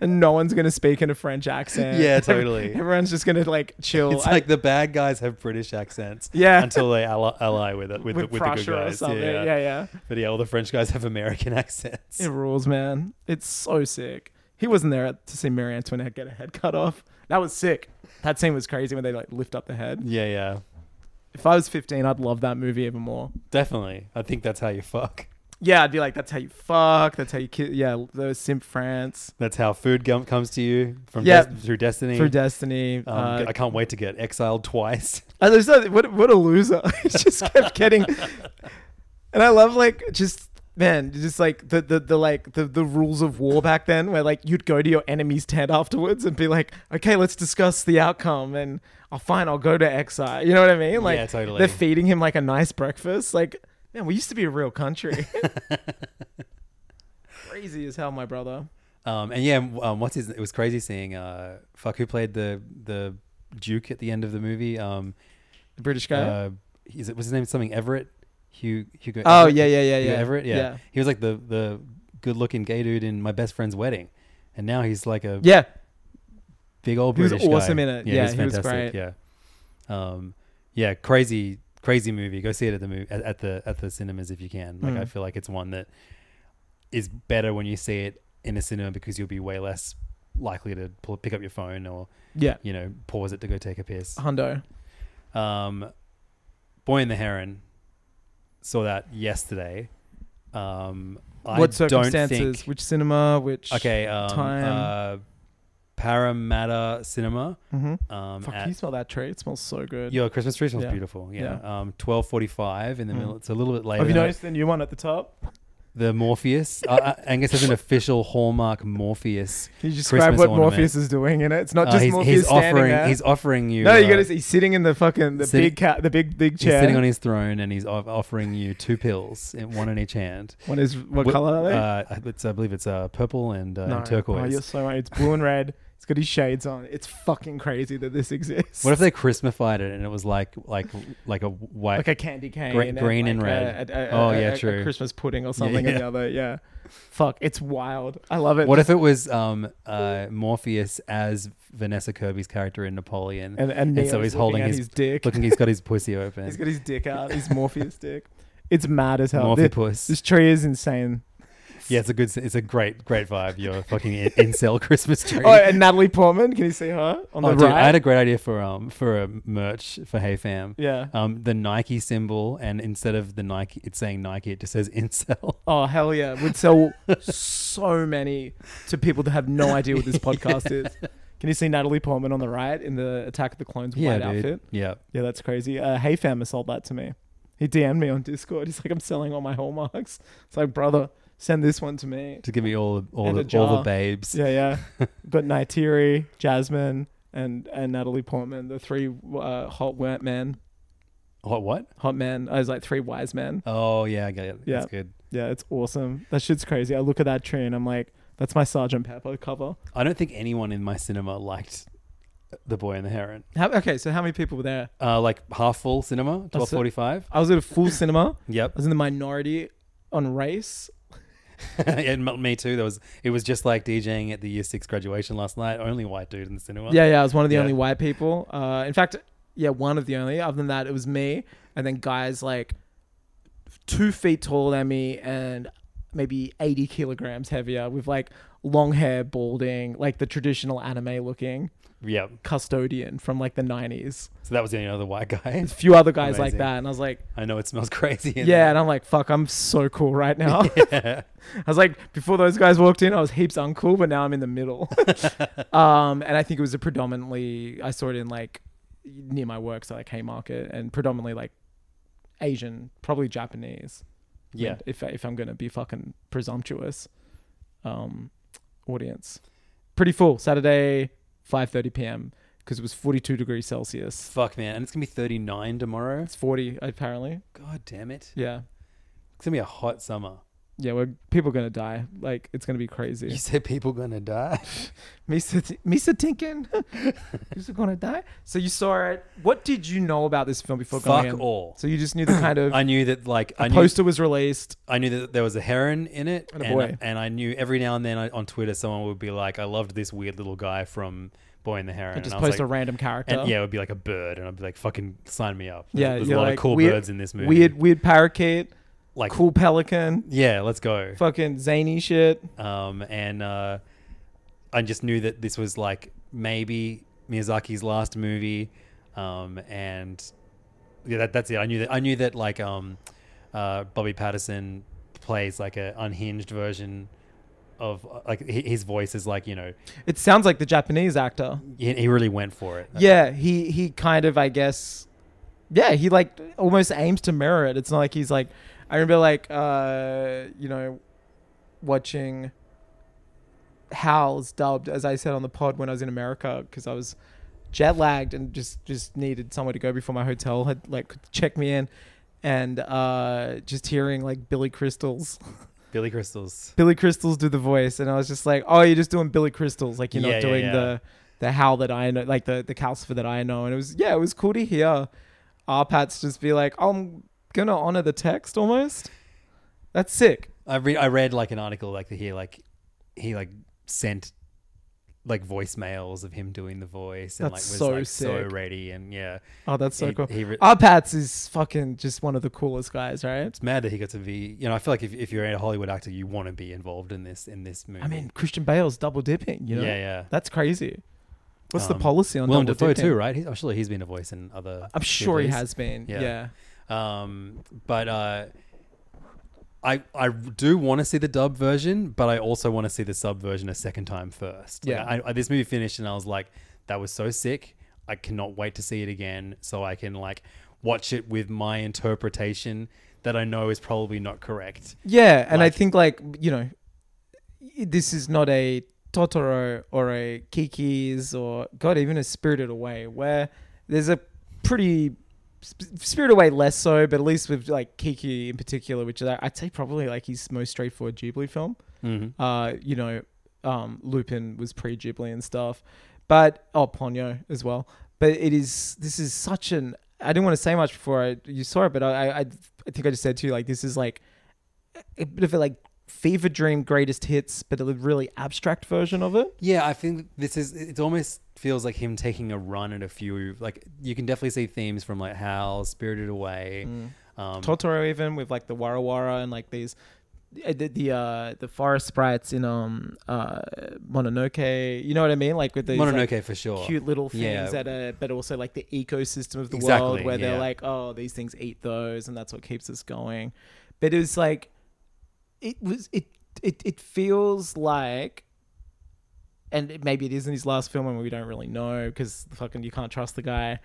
S4: And no one's going to speak in a French accent.
S3: Yeah, totally.
S4: Everyone's just going to like chill.
S3: It's
S4: I-
S3: like the bad guys have British accents,
S4: Yeah.
S3: until they ally, ally with it with,
S4: with,
S3: the, with the
S4: Prussia
S3: good guys,
S4: or something. yeah. yeah.
S3: But yeah, all the French guys have American accents.
S4: It rules, man. It's so sick. He wasn't there to see Marie Antoinette get her head cut off. That was sick. That scene was crazy when they like lift up the head.
S3: Yeah, yeah,
S4: If I was 15, I'd love that movie even more.
S3: definitely. I think that's how you fuck.
S4: Yeah, I'd be like, that's how you fuck. That's how you kill. Yeah, the simp France
S3: That's how food gum comes to you from
S4: Yeah.
S3: Des- through destiny.
S4: through Destiny.
S3: Um,
S4: uh,
S3: I can't wait to get exiled twice.
S4: I just thought, what, what a loser. he just kept getting. And I love like just man, just like the the, the like the, the rules of war back then where like you'd go to your enemy's tent afterwards and be like, Okay, let's discuss the outcome and I'll fine, I'll go to exile. You know what I mean? Like
S3: Yeah, totally.
S4: they're feeding him like a nice breakfast. Like, man, we used to be a real country. Crazy as hell, my brother.
S3: Um, and yeah, um, what's his? It was crazy seeing uh, fuck who played the the Duke at the end of the movie. Um,
S4: The British guy.
S3: uh, is it was his name something Everett? Hugh Hugo.
S4: oh
S3: Everett?
S4: yeah, yeah, yeah, yeah.
S3: Hugo Everett. Yeah.
S4: Yeah.
S3: he was like the the good looking gay dude in my best friend's wedding, and now he's like a
S4: Yeah.
S3: big old
S4: He was
S3: British.
S4: awesome
S3: guy.
S4: in it. Yeah, he was
S3: fantastic. Yeah, um, yeah, crazy, crazy movie. Go see it at the movie at, at the at the cinemas if you can. Like
S4: Mm.
S3: I feel like it's one that is better when you see it in a cinema because you'll be way less likely to pull, pick up your phone or
S4: Yeah.
S3: you know pause it to go take a piss.
S4: Hundo.
S3: Um, Boy and the Heron saw that yesterday. Um, I
S4: what
S3: Don't
S4: circumstances?
S3: think,
S4: which cinema? Which
S3: okay, um,
S4: time?
S3: Uh, Parramatta Cinema.
S4: Mhm.
S3: Um,
S4: Fuck,
S3: at-
S4: can you smell that tree? It smells so good.
S3: your Christmas tree smells
S4: Yeah. Mm.
S3: beautiful. Yeah. Um, twelve forty-five in the middle. It's a little bit later.
S4: Have you
S3: than
S4: noticed the new one at the top?
S3: the Morpheus? uh, uh, Angus has an official Hallmark Morpheus.
S4: Can you describe
S3: Christmas
S4: what
S3: ornament.
S4: Morpheus is doing in it? It's not
S3: Uh,
S4: just
S3: he's,
S4: Morpheus
S3: he's
S4: standing
S3: offering.
S4: there.
S3: He's offering you.
S4: no, you
S3: uh,
S4: got to. He's sitting in the fucking the
S3: sit-
S4: big cat, the big big
S3: He's
S4: chair.
S3: sitting on his throne and he's off- offering you two pills, in- one in each hand.
S4: What is what
S3: Wh-
S4: color are they?
S3: Uh, it's, I believe it's uh, purple and, uh,
S4: No.
S3: and turquoise.
S4: Oh, you're so right. It's blue and red. It's got his shades on. It's fucking crazy that this exists.
S3: What if they Christmified it and it was like like like a white?
S4: like a candy cane,
S3: Gre- green and
S4: like
S3: red.
S4: A, a, a,
S3: Oh,
S4: a-
S3: yeah,
S4: a- a
S3: true.
S4: Christmas pudding or something
S3: yeah.
S4: or the other. Yeah, fuck, it's wild. I love it.
S3: what if it was um, uh, Morpheus as Vanessa Kirby's character in Napoleon,
S4: And- and
S3: so
S4: Neo's
S3: he's holding
S4: looking at
S3: his,
S4: his dick.
S3: looking he's got his pussy open.
S4: he's got his dick out? His Morpheus dick. It's mad as hell. This,
S3: Morpheus.
S4: this tree is insane.
S3: yeah, it's a good, it's a great, great vibe. Your fucking in- incel Christmas tree.
S4: Oh, and Natalie Portman. Can you see her on
S3: Oh,
S4: the
S3: dude,
S4: right?
S3: I had a great idea for um for a merch for Hey Fam.
S4: Yeah.
S3: Um, the Nike symbol, and instead of the Nike, it's saying Nike. It just says incel.
S4: oh hell yeah! Would sell so many to people that have no idea what this podcast is. Can you see Natalie Portman on the right in the Attack of the Clones white outfit?
S3: Yeah.
S4: Yeah, that's crazy. Uh, hey Fam sold that to me. He DM'd me on Discord. He's like, I'm selling all my hallmarks. It's like, brother, send this one to me.
S3: To give me all the, all
S4: And a
S3: the, all the
S4: jar.
S3: babes.
S4: Yeah, yeah. Got Nightiri, Jasmine, and and Natalie Portman, the three uh, hot wa- men.
S3: What? What?
S4: Hot men. I was like three wise men.
S3: Oh yeah, I get it.
S4: Yeah.
S3: That's good.
S4: Yeah, it's awesome. That shit's crazy. I look at that tree and I'm like, that's my Sergeant Pepper cover.
S3: I don't think anyone in my cinema liked the Boy and the Heron.
S4: How, okay, so how many people were there?
S3: Uh, like half full cinema, twelve
S4: That's it.
S3: forty five.
S4: I was at a full cinema. I
S3: Yep.
S4: was in the minority on race.
S3: and m- me too. There was it was just like DJing at the year six graduation last night. Only white dude in the cinema.
S4: Yeah, yeah. I was one of the
S3: Yeah.
S4: only white people. Uh, in fact, yeah, one of the only. Other than that, it was me and then guys like two feet taller than me and maybe 80 kilograms heavier with like long hair, balding, like the traditional anime looking
S3: Yep.
S4: custodian from like the 90s.
S3: So that was the only other white guy.
S4: A few other guys like
S3: Amazing.
S4: that. And I was like,
S3: I know it smells crazy. in
S4: yeah,
S3: there.
S4: and I'm like, fuck, I'm so cool right now. I was like, before those guys walked in, I was heaps uncool, but now I'm in the middle. um, and I think it was a predominantly, I saw it in like near my work, so like Haymarket, and predominantly like Asian, probably Japanese. I mean,
S3: yeah.
S4: If if I'm gonna be fucking presumptuous, um, audience, pretty full Saturday, 5:30 p.m. because it was 42 degrees Celsius.
S3: Fuck man, and it's gonna be thirty nine tomorrow.
S4: It's 40 apparently.
S3: God damn it!
S4: Yeah.
S3: It's gonna be a hot summer.
S4: Yeah, we're people are gonna die. Like it's gonna be crazy.
S3: You said people gonna die.
S4: Mr. T- Mr. Tinkin, who's gonna die? So you saw it. What did you know about this film before going
S3: Fuck
S4: in?
S3: all.
S4: So you just knew the kind of
S3: I knew that like I knew
S4: poster was released.
S3: I knew that there was a heron in it,
S4: And a boy.
S3: and I knew every now and then I, on Twitter someone would be like, "I loved this weird little guy from Boy and the Heron."
S4: I
S3: and
S4: just
S3: I was
S4: post a
S3: like-
S4: random character.
S3: And yeah, it would be like a bird, and I'd be like, "Fucking sign me up."
S4: yeah.
S3: there's a
S4: you're
S3: lot
S4: like,
S3: of cool
S4: weird,
S3: birds in this movie.
S4: Weird, weird parakeet,
S3: like
S4: cool pelican,
S3: Yeah, let's go.
S4: fucking zany shit.
S3: um, and uh, I just knew that this was like maybe Miyazaki's last movie, um, and yeah, that, that's it. I knew that I knew that like um, uh, Bobby Patterson plays like a unhinged version of like hi- his voice is like you know
S4: It sounds like the Japanese actor.
S3: he, he really went for it.
S4: Yeah, he he kind of I guess yeah, he like almost aims to mirror it. It's not like he's like I remember like uh you know watching Howl's dubbed as I said on the pod when I was in America because I was jet lagged and just just needed somewhere to go before my hotel had like could check me in and uh just hearing like Billy Crystals
S3: Billy Crystal's.
S4: Billy Crystals do the voice, and I was just like, "Oh, you're just doing Billy Crystals, like you're
S3: Yeah, yeah,
S4: not doing
S3: yeah.
S4: the the howl that I know, like the the calcifer that I know." And it was yeah, it was cool to hear our Pats just be like, "I'm gonna honor the text almost." That's sick.
S3: I read I read like an article like that he like he like sent like voicemails of him doing the voice and
S4: That's
S3: like was
S4: so
S3: like so
S4: sick.
S3: ready and yeah.
S4: Oh, that's so
S3: He-
S4: cool.
S3: he re-
S4: Our Pats is fucking just one of the coolest guys, right?
S3: It's mad that he got to be you know, I feel like if, if you're a Hollywood actor you want to be involved in this in this movie.
S4: I mean, Christian Bale's double dipping. You know,
S3: Yeah, yeah.
S4: that's crazy. What's the
S3: Um,
S4: policy on
S3: Willem
S4: double
S3: Dafoe
S4: dipping?
S3: too, right? He's, I'm sure he's been a voice in other
S4: I'm sure he
S3: movies.
S4: has been. Yeah.
S3: Yeah. Um, but uh, I I do want to see the dub version, but I also want to see the sub version a second time first. Like,
S4: Yeah.
S3: I, I, this movie finished and I was like, that was so sick. I cannot wait to see it again, so I can like watch it with my interpretation that I know is probably not correct.
S4: Yeah, and I think like you know, y- this is not a Totoro or a Kiki's or God, even a Spirited Away, where there's a pretty Sp- Spirited Away less so, but at least with like Kiki in particular, which is I'd say probably like his most straightforward Ghibli film. Uh, you know, um, Lupin was pre Ghibli and stuff, but oh Ponyo as well. But it is this is such an I didn't want to say much before I, you saw it, but I, I I think I just said to you like this is like a bit of a like fever dream greatest hits, but a really abstract version of it.
S3: Yeah, I think this is. It almost feels like him taking a run at a few. Like you can definitely see themes from like Howl, Spirited Away.
S4: Mm.
S3: Um,
S4: Totoro even with like the Wara Wara and like these uh, the the, uh, the forest sprites in um uh Mononoke, you know what I mean? Like with these
S3: Mononoke
S4: like,
S3: for sure.
S4: cute little things
S3: Yeah.
S4: that are, but also like the ecosystem of the
S3: Exactly,
S4: world where they're
S3: yeah.
S4: like, oh, these things eat those, and that's what keeps us going. But it was like, it was it it it feels like. And it, maybe it isn't his last film, and we don't really know because fucking you can't trust the guy.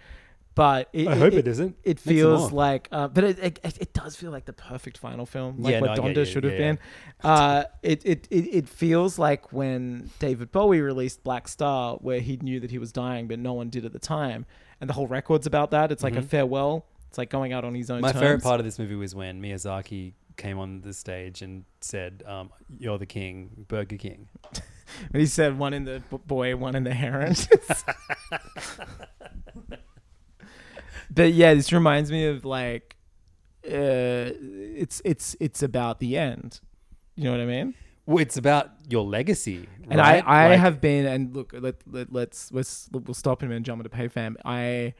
S4: But it,
S3: I hope it isn't.
S4: It
S3: Make some
S4: feels
S3: more.
S4: like, uh, but it, it it does feel like the perfect final film, like
S3: Yeah,
S4: what
S3: no, I get
S4: Donda
S3: you.
S4: should have
S3: Yeah,
S4: been.
S3: yeah.
S4: Uh, it, it, it, it feels like when David Bowie released Black Star, where he knew that he was dying, but no one did at the time. And the whole record's about that. It's like a farewell. It's like going out on his own
S3: Mhm. My
S4: terms.
S3: favorite part of this movie was when Miyazaki came on the stage and said, um, "You're the king, Burger King."
S4: And he said one in the b- boy, one in the heron. but yeah, this reminds me of like, uh, it's, it's, it's about the end. You know what I mean?
S3: Well, it's about your legacy,
S4: And
S3: right?
S4: I, I
S3: Like,
S4: have been, and look, let, let, let's, let's, we'll stop him and jump into pay fam. I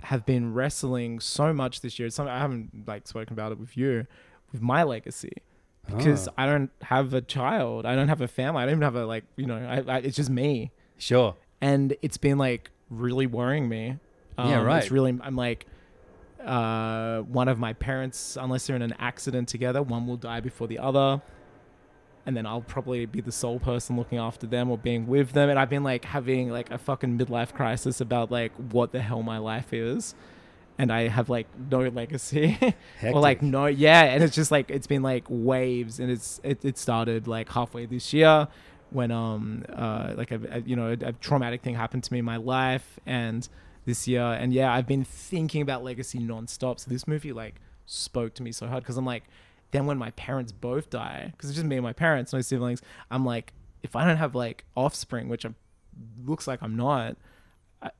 S4: have been wrestling so much this year. It's something I haven't like spoken about it with you, with my legacy.
S3: Ah.
S4: Because I don't have a child. I don't have a family. I don't even have a, like, you know, I, I, it's just me.
S3: sure.
S4: And it's been like really worrying me. Um,
S3: Yeah, right.
S4: It's really, I'm like, uh, one of my parents, unless they're in an accident together, one will die before the other and then I'll probably be the sole person looking after them or being with them. And I've been like having like a fucking midlife crisis about like what the hell my life is, and I have like no legacy or like no yeah. And it's just like it's been like waves, and it's it, it started like halfway this year when um uh like a, a you know a, a traumatic thing happened to me in my life and this year and yeah I've been thinking about legacy nonstop. So this movie like spoke to me so hard because I'm like then when my parents both die, because it's just me and my parents, no siblings, I'm like, if I don't have like offspring, which i looks like I'm not, I,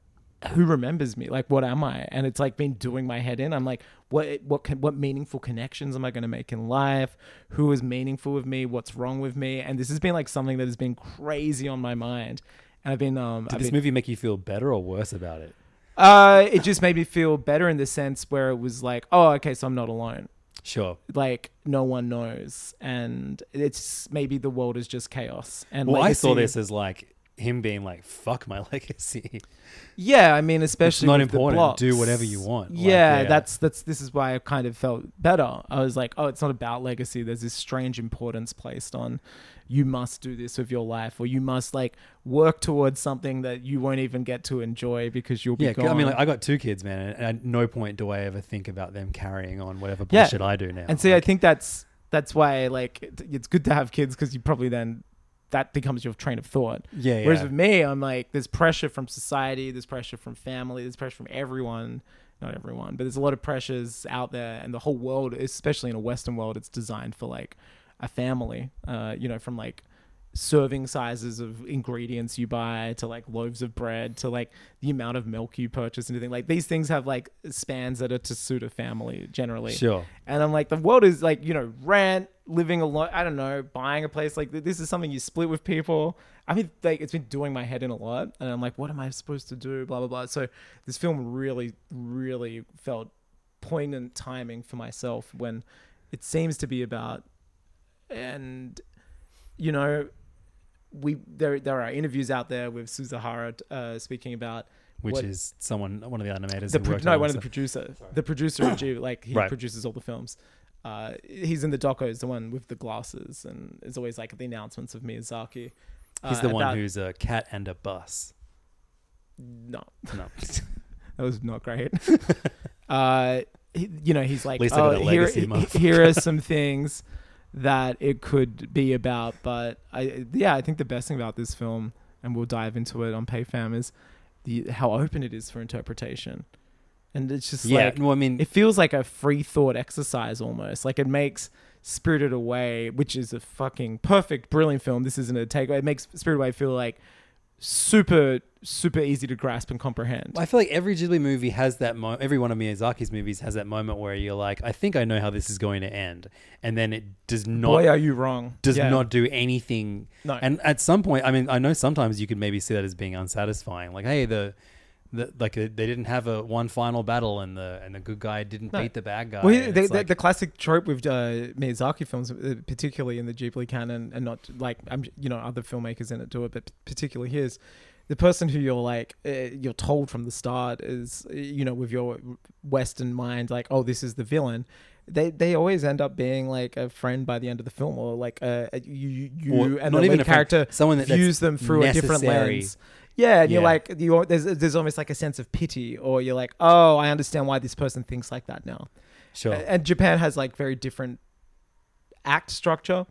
S4: who remembers me? Like, what am I? And it's like been doing my head in. I'm like, what, what, can, what meaningful connections am I going to make in life? Who is meaningful with me? What's wrong with me? And this has been like something that has been crazy on my mind. And I've been, um,
S3: Did
S4: I've
S3: this
S4: been-
S3: movie make you feel better or worse about it?
S4: uh, it just made me feel better in the sense where it was like, oh, okay, so I'm not alone
S3: Sure.
S4: like no one knows and it's maybe the world is just chaos and
S3: Well, I saw
S4: legacy-
S3: this as like him being like, "Fuck my legacy."
S4: yeah i mean especially
S3: not
S4: with the
S3: important.
S4: blocks.
S3: Do whatever you want. Like,
S4: yeah,
S3: yeah.
S4: that's that's this is why i kind of felt better i was like oh it's not about legacy there's this strange importance placed on you must do this with your life or you must like work towards something that you won't even get to enjoy because you'll be
S3: Yeah, 'cause,
S4: gone.
S3: I mean, like, I got two kids, man, and at no point do I ever think about them carrying on whatever
S4: Yeah.
S3: bullshit I do now.
S4: And see,
S3: Like,
S4: I think that's that's why like it- it's good to have kids because you probably then that becomes your train of thought.
S3: Yeah,
S4: Whereas
S3: yeah.
S4: with me, I'm like, there's pressure from society, there's pressure from family, there's pressure from everyone. Not everyone, but there's a lot of pressures out there, and the whole world, especially in a Western world, it's designed for like a family. Uh, you know, from like serving sizes of ingredients you buy to like loaves of bread to like the amount of milk you purchase and everything like these things have like spans that are to suit a family generally
S3: Sure.
S4: and i'm like the world is like you know rent living alone. I don't know, buying a place like th- this is something you split with people. I mean, like it's been doing my head in a lot, and I'm like, what am I supposed to do? Blah blah blah. So this film really, really felt poignant timing for myself when it seems to be about, and you know, we there there are interviews out there with Suzahara uh, speaking about
S3: which
S4: what-
S3: is someone, one of the animators.
S4: the
S3: who
S4: pro-
S3: worked
S4: no
S3: on
S4: one
S3: it.
S4: of the producer the producer of G like he
S3: Right.
S4: produces all the films. Uh, he's in the docos, the one with the glasses, and is always like at the announcements of Miyazaki. Uh,
S3: He's the one
S4: about-
S3: who's a cat and a bus.
S4: no,
S3: No.
S4: that was not great. uh, he, you know, he's like,
S3: least I
S4: oh,
S3: got a
S4: here,
S3: legacy,
S4: he-
S3: motherfucker."
S4: here are some things that it could be about. But I, yeah, I think the best thing about this film, and we'll dive into it on PayFam, is the how open it is for interpretation. And it's just
S3: yeah.
S4: like,
S3: no, I mean,
S4: it feels like a free thought exercise almost. Like it makes Spirited Away, which is a fucking perfect, brilliant film. This isn't a takeaway. It makes Spirited Away feel like super, super easy to grasp and comprehend.
S3: I feel like every Ghibli movie has that moment. Every one of Miyazaki's movies has that moment where you're like, I think I know how this is going to end, and then it does not.
S4: Boy, are you wrong?
S3: does
S4: Yeah.
S3: not do anything.
S4: No.
S3: And at some point, I mean, I know sometimes you could maybe see that as being unsatisfying. Like, hey, the, the like uh, they didn't have a one final battle, and the and the good guy didn't beat the bad guy.
S4: Well,
S3: and
S4: the,
S3: Uh, it's
S4: the,
S3: like-
S4: the classic trope with uh, Miyazaki films, uh, particularly in the Ghibli canon, and not like um, you know other filmmakers in it do it, but particularly his, the person who you're like uh, you're told from the start is uh, you know with your Western mind like oh this is the villain. They, they always end up being like a friend by the end of the film, or like uh, you you you
S3: Or
S4: and
S3: not
S4: the
S3: even
S4: lead
S3: a friend,
S4: character
S3: someone that- that's
S4: views them through a different
S3: necessary.
S4: lens. Yeah, and you're
S3: Yeah.
S4: like you al- there's there's almost like a sense of pity, or you're like oh I understand why this person thinks like that now.
S3: sure.
S4: A- And Japan has like very different act structure.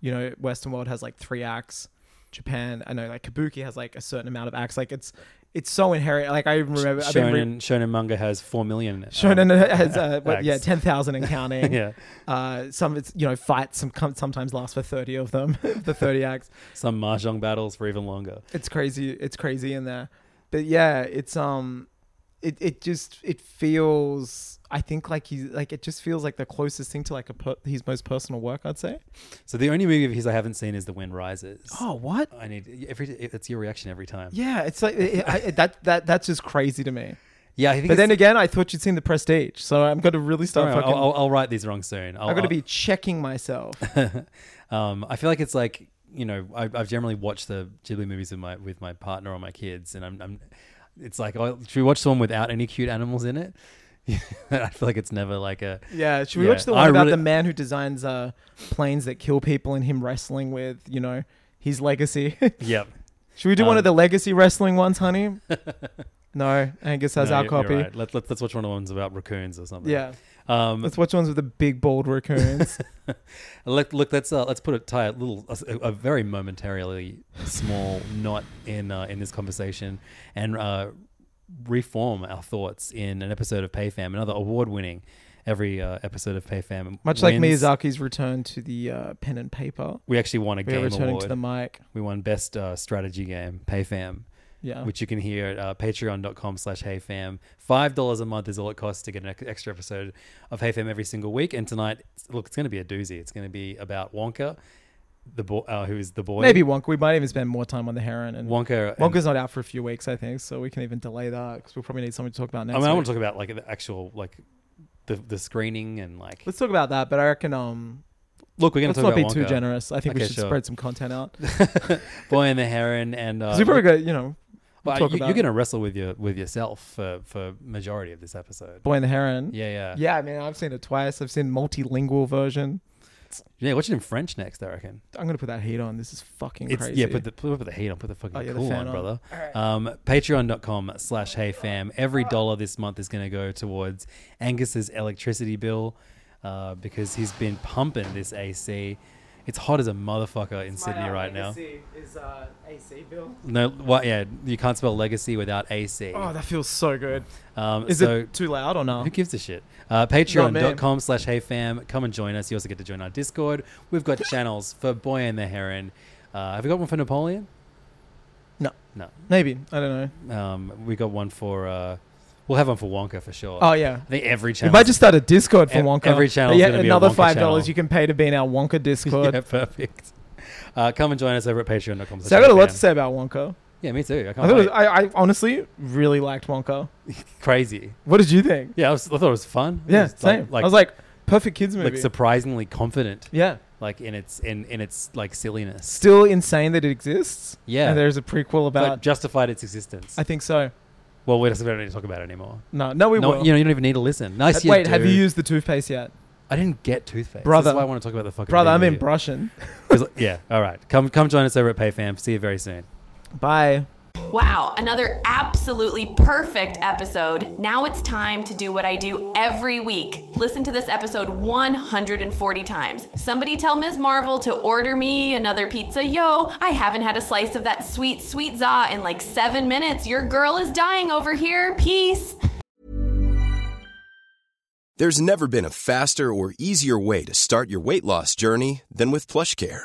S4: You know, Western world has like three acts. Japan, I know, like Kabuki has like a certain amount of acts. Like it's it's so inherent. Like I even remember, I've been
S3: Shonen
S4: re-
S3: Shonen manga has four million. um,
S4: Shonen has uh, what, yeah
S3: acts.
S4: ten thousand and counting.
S3: yeah,
S4: Uh, some it's you know fights. Some com- sometimes last for thirty of them. the thirty acts.
S3: some mahjong battles for even longer.
S4: It's crazy. It's crazy in there. But yeah, it's um it, it just it feels I think like he's like it just feels like the closest thing to like a per- his most personal work I'd say.
S3: So the only movie of his I haven't seen is The Wind Rises.
S4: what?
S3: I need every. It's your reaction every time.
S4: Oh. Yeah, it's like it, I, it- that that that's just crazy to me.
S3: yeah. I think
S4: But
S3: it's-
S4: then again, I thought you'd seen the Prestige, so I'm gonna really
S3: All
S4: start
S3: right,
S4: fucking.
S3: I'll, I'll, I'll write these wrong soon. I'll,
S4: I'm
S3: I'll-
S4: gonna be checking myself.
S3: um, I feel like it's like you know I, I've generally watched the Ghibli movies with my with my partner or my kids, and I'm, I'm it's like oh, should we watch someone without any cute animals in it? I feel like it's never like a
S4: Yeah, should we
S3: Yeah,
S4: watch the
S3: I
S4: one about
S3: really-
S4: the man who designs uh planes that kill people and him wrestling with you know his legacy?
S3: yep.
S4: Should we do one
S3: Um,
S4: of the legacy wrestling ones, honey? no, Angus has
S3: No,
S4: our
S3: you're- you're
S4: copy.
S3: right. Let, let, let's watch one of the ones about raccoons or something.
S4: Yeah,
S3: Um,
S4: let's watch ones with the big bald raccoons.
S3: let, look, let's uh, let's put a tie a little a, a very momentarily small knot in uh, in this conversation and uh, reform our thoughts in an episode of PayFam, another award winning every uh, episode of PayFam.
S4: Much like
S3: wins.
S4: Miyazaki's return to the uh, pen and paper,
S3: We actually won a
S4: we're
S3: game
S4: returning
S3: award.
S4: to the mic.
S3: we won best uh, strategy game, PayFam,
S4: Yeah,
S3: which you can hear at uh, patreon.com slash HeyFam. $5 a month is all it costs to get an ex- extra episode of HeyFam every single week. And tonight, it's- look, it's going to be a doozy. It's going to be about Wonka, the bo- uh, who is the boy.
S4: maybe Wonka. We might even spend more time on the heron and
S3: Wonka. and-
S4: Wonka's not out for a few weeks, I think, so we can even delay that because we'll probably need something to talk about
S3: I
S4: next.
S3: mean, I
S4: week.
S3: want to talk about like the actual, like the, the screening and like,
S4: Let's talk about that, but I reckon um,
S3: look, we're going
S4: let's
S3: to talk
S4: not be
S3: about
S4: too
S3: Wonka.
S4: generous. I think we
S3: Okay,
S4: should
S3: sure.
S4: spread some content out.
S3: boy and the Heron and... Uh,
S4: 'Cause we probably got you know
S3: well,
S4: talk
S3: you,
S4: about
S3: you're
S4: it.
S3: going to wrestle with your with yourself for, for majority of this episode.
S4: Boy and the Heron.
S3: Yeah, yeah.
S4: Yeah, I mean, I've seen it twice. I've seen multilingual version.
S3: Yeah, watch it in French next, I reckon.
S4: I'm gonna put that heat on. This is fucking
S3: It's
S4: crazy.
S3: yeah, put the put the heat on, put the fucking
S4: Oh, yeah, the
S3: cool on,
S4: fan on.
S3: brother. Um, Patreon.com slash hey fam. Every dollar this month is gonna go towards Angus's electricity bill, uh, because he's been pumping this AC. It's hot as a motherfucker in Sydney right now.
S4: uh, Is, uh, AC bill.
S3: No, what? Yeah, you can't spell legacy without AC.
S4: Oh, that feels so good.
S3: um,
S4: Is
S3: so
S4: it too loud or
S3: Who
S4: not?
S3: gives a shit? Uh, Patreon.com slash HeyFam. Come and join us. You also get to join our Discord. We've got channels for Boy and the Heron. Uh, have we got one for Napoleon?
S4: No.
S3: No.
S4: Maybe I don't know.
S3: Um, we got one for uh, We'll have one for Wonka for sure.
S4: Oh, yeah.
S3: I think every
S4: We
S3: channel.
S4: might just start a Discord for
S3: Ev-
S4: Wonka.
S3: every channel's
S4: Yet
S3: gonna be a
S4: another
S3: Wonka
S4: five
S3: channel.
S4: dollars you can pay to be in our Wonka Discord.
S3: yeah, perfect. Uh, come and join us over at patreon.com.
S4: So I got a lot to say about Wonka.
S3: Yeah, me too. I
S4: I,
S3: can't
S4: thought it was,
S3: wait.
S4: I, I honestly really liked Wonka.
S3: Crazy.
S4: What did you think?
S3: Yeah, I, was, I thought it was fun. It
S4: Yeah,
S3: was
S4: same.
S3: Like,
S4: I was like, perfect kids movie.
S3: like surprisingly confident,
S4: yeah,
S3: like in its in in its like silliness.
S4: still insane that it exists.
S3: Yeah.
S4: and there's a prequel
S3: But
S4: about.
S3: justified its existence.
S4: I think so.
S3: well, we don't need to talk about it anymore.
S4: No, no, we
S3: No,
S4: won't.
S3: you know, you don't even need to listen. Nice. you
S4: Wait, have
S3: do.
S4: you used the toothpaste yet,
S3: I didn't get toothpaste.
S4: Brother.
S3: That's why I want to talk about the fucking
S4: brother? I'm in
S3: thing with
S4: brushing.
S3: you. 'Cause- Yeah. All right. Come come join us over at PayFam. See you very soon.
S4: Bye.
S2: Wow, another absolutely perfect episode. Now it's time to do what I do every week listen to this episode 140 times. Somebody tell Ms. Marvel to order me another pizza. Yo, I haven't had a slice of that sweet, sweet za in like seven minutes. Your girl is dying over here. Peace.
S7: There's never been a faster or easier way to start your weight loss journey than with PlushCare.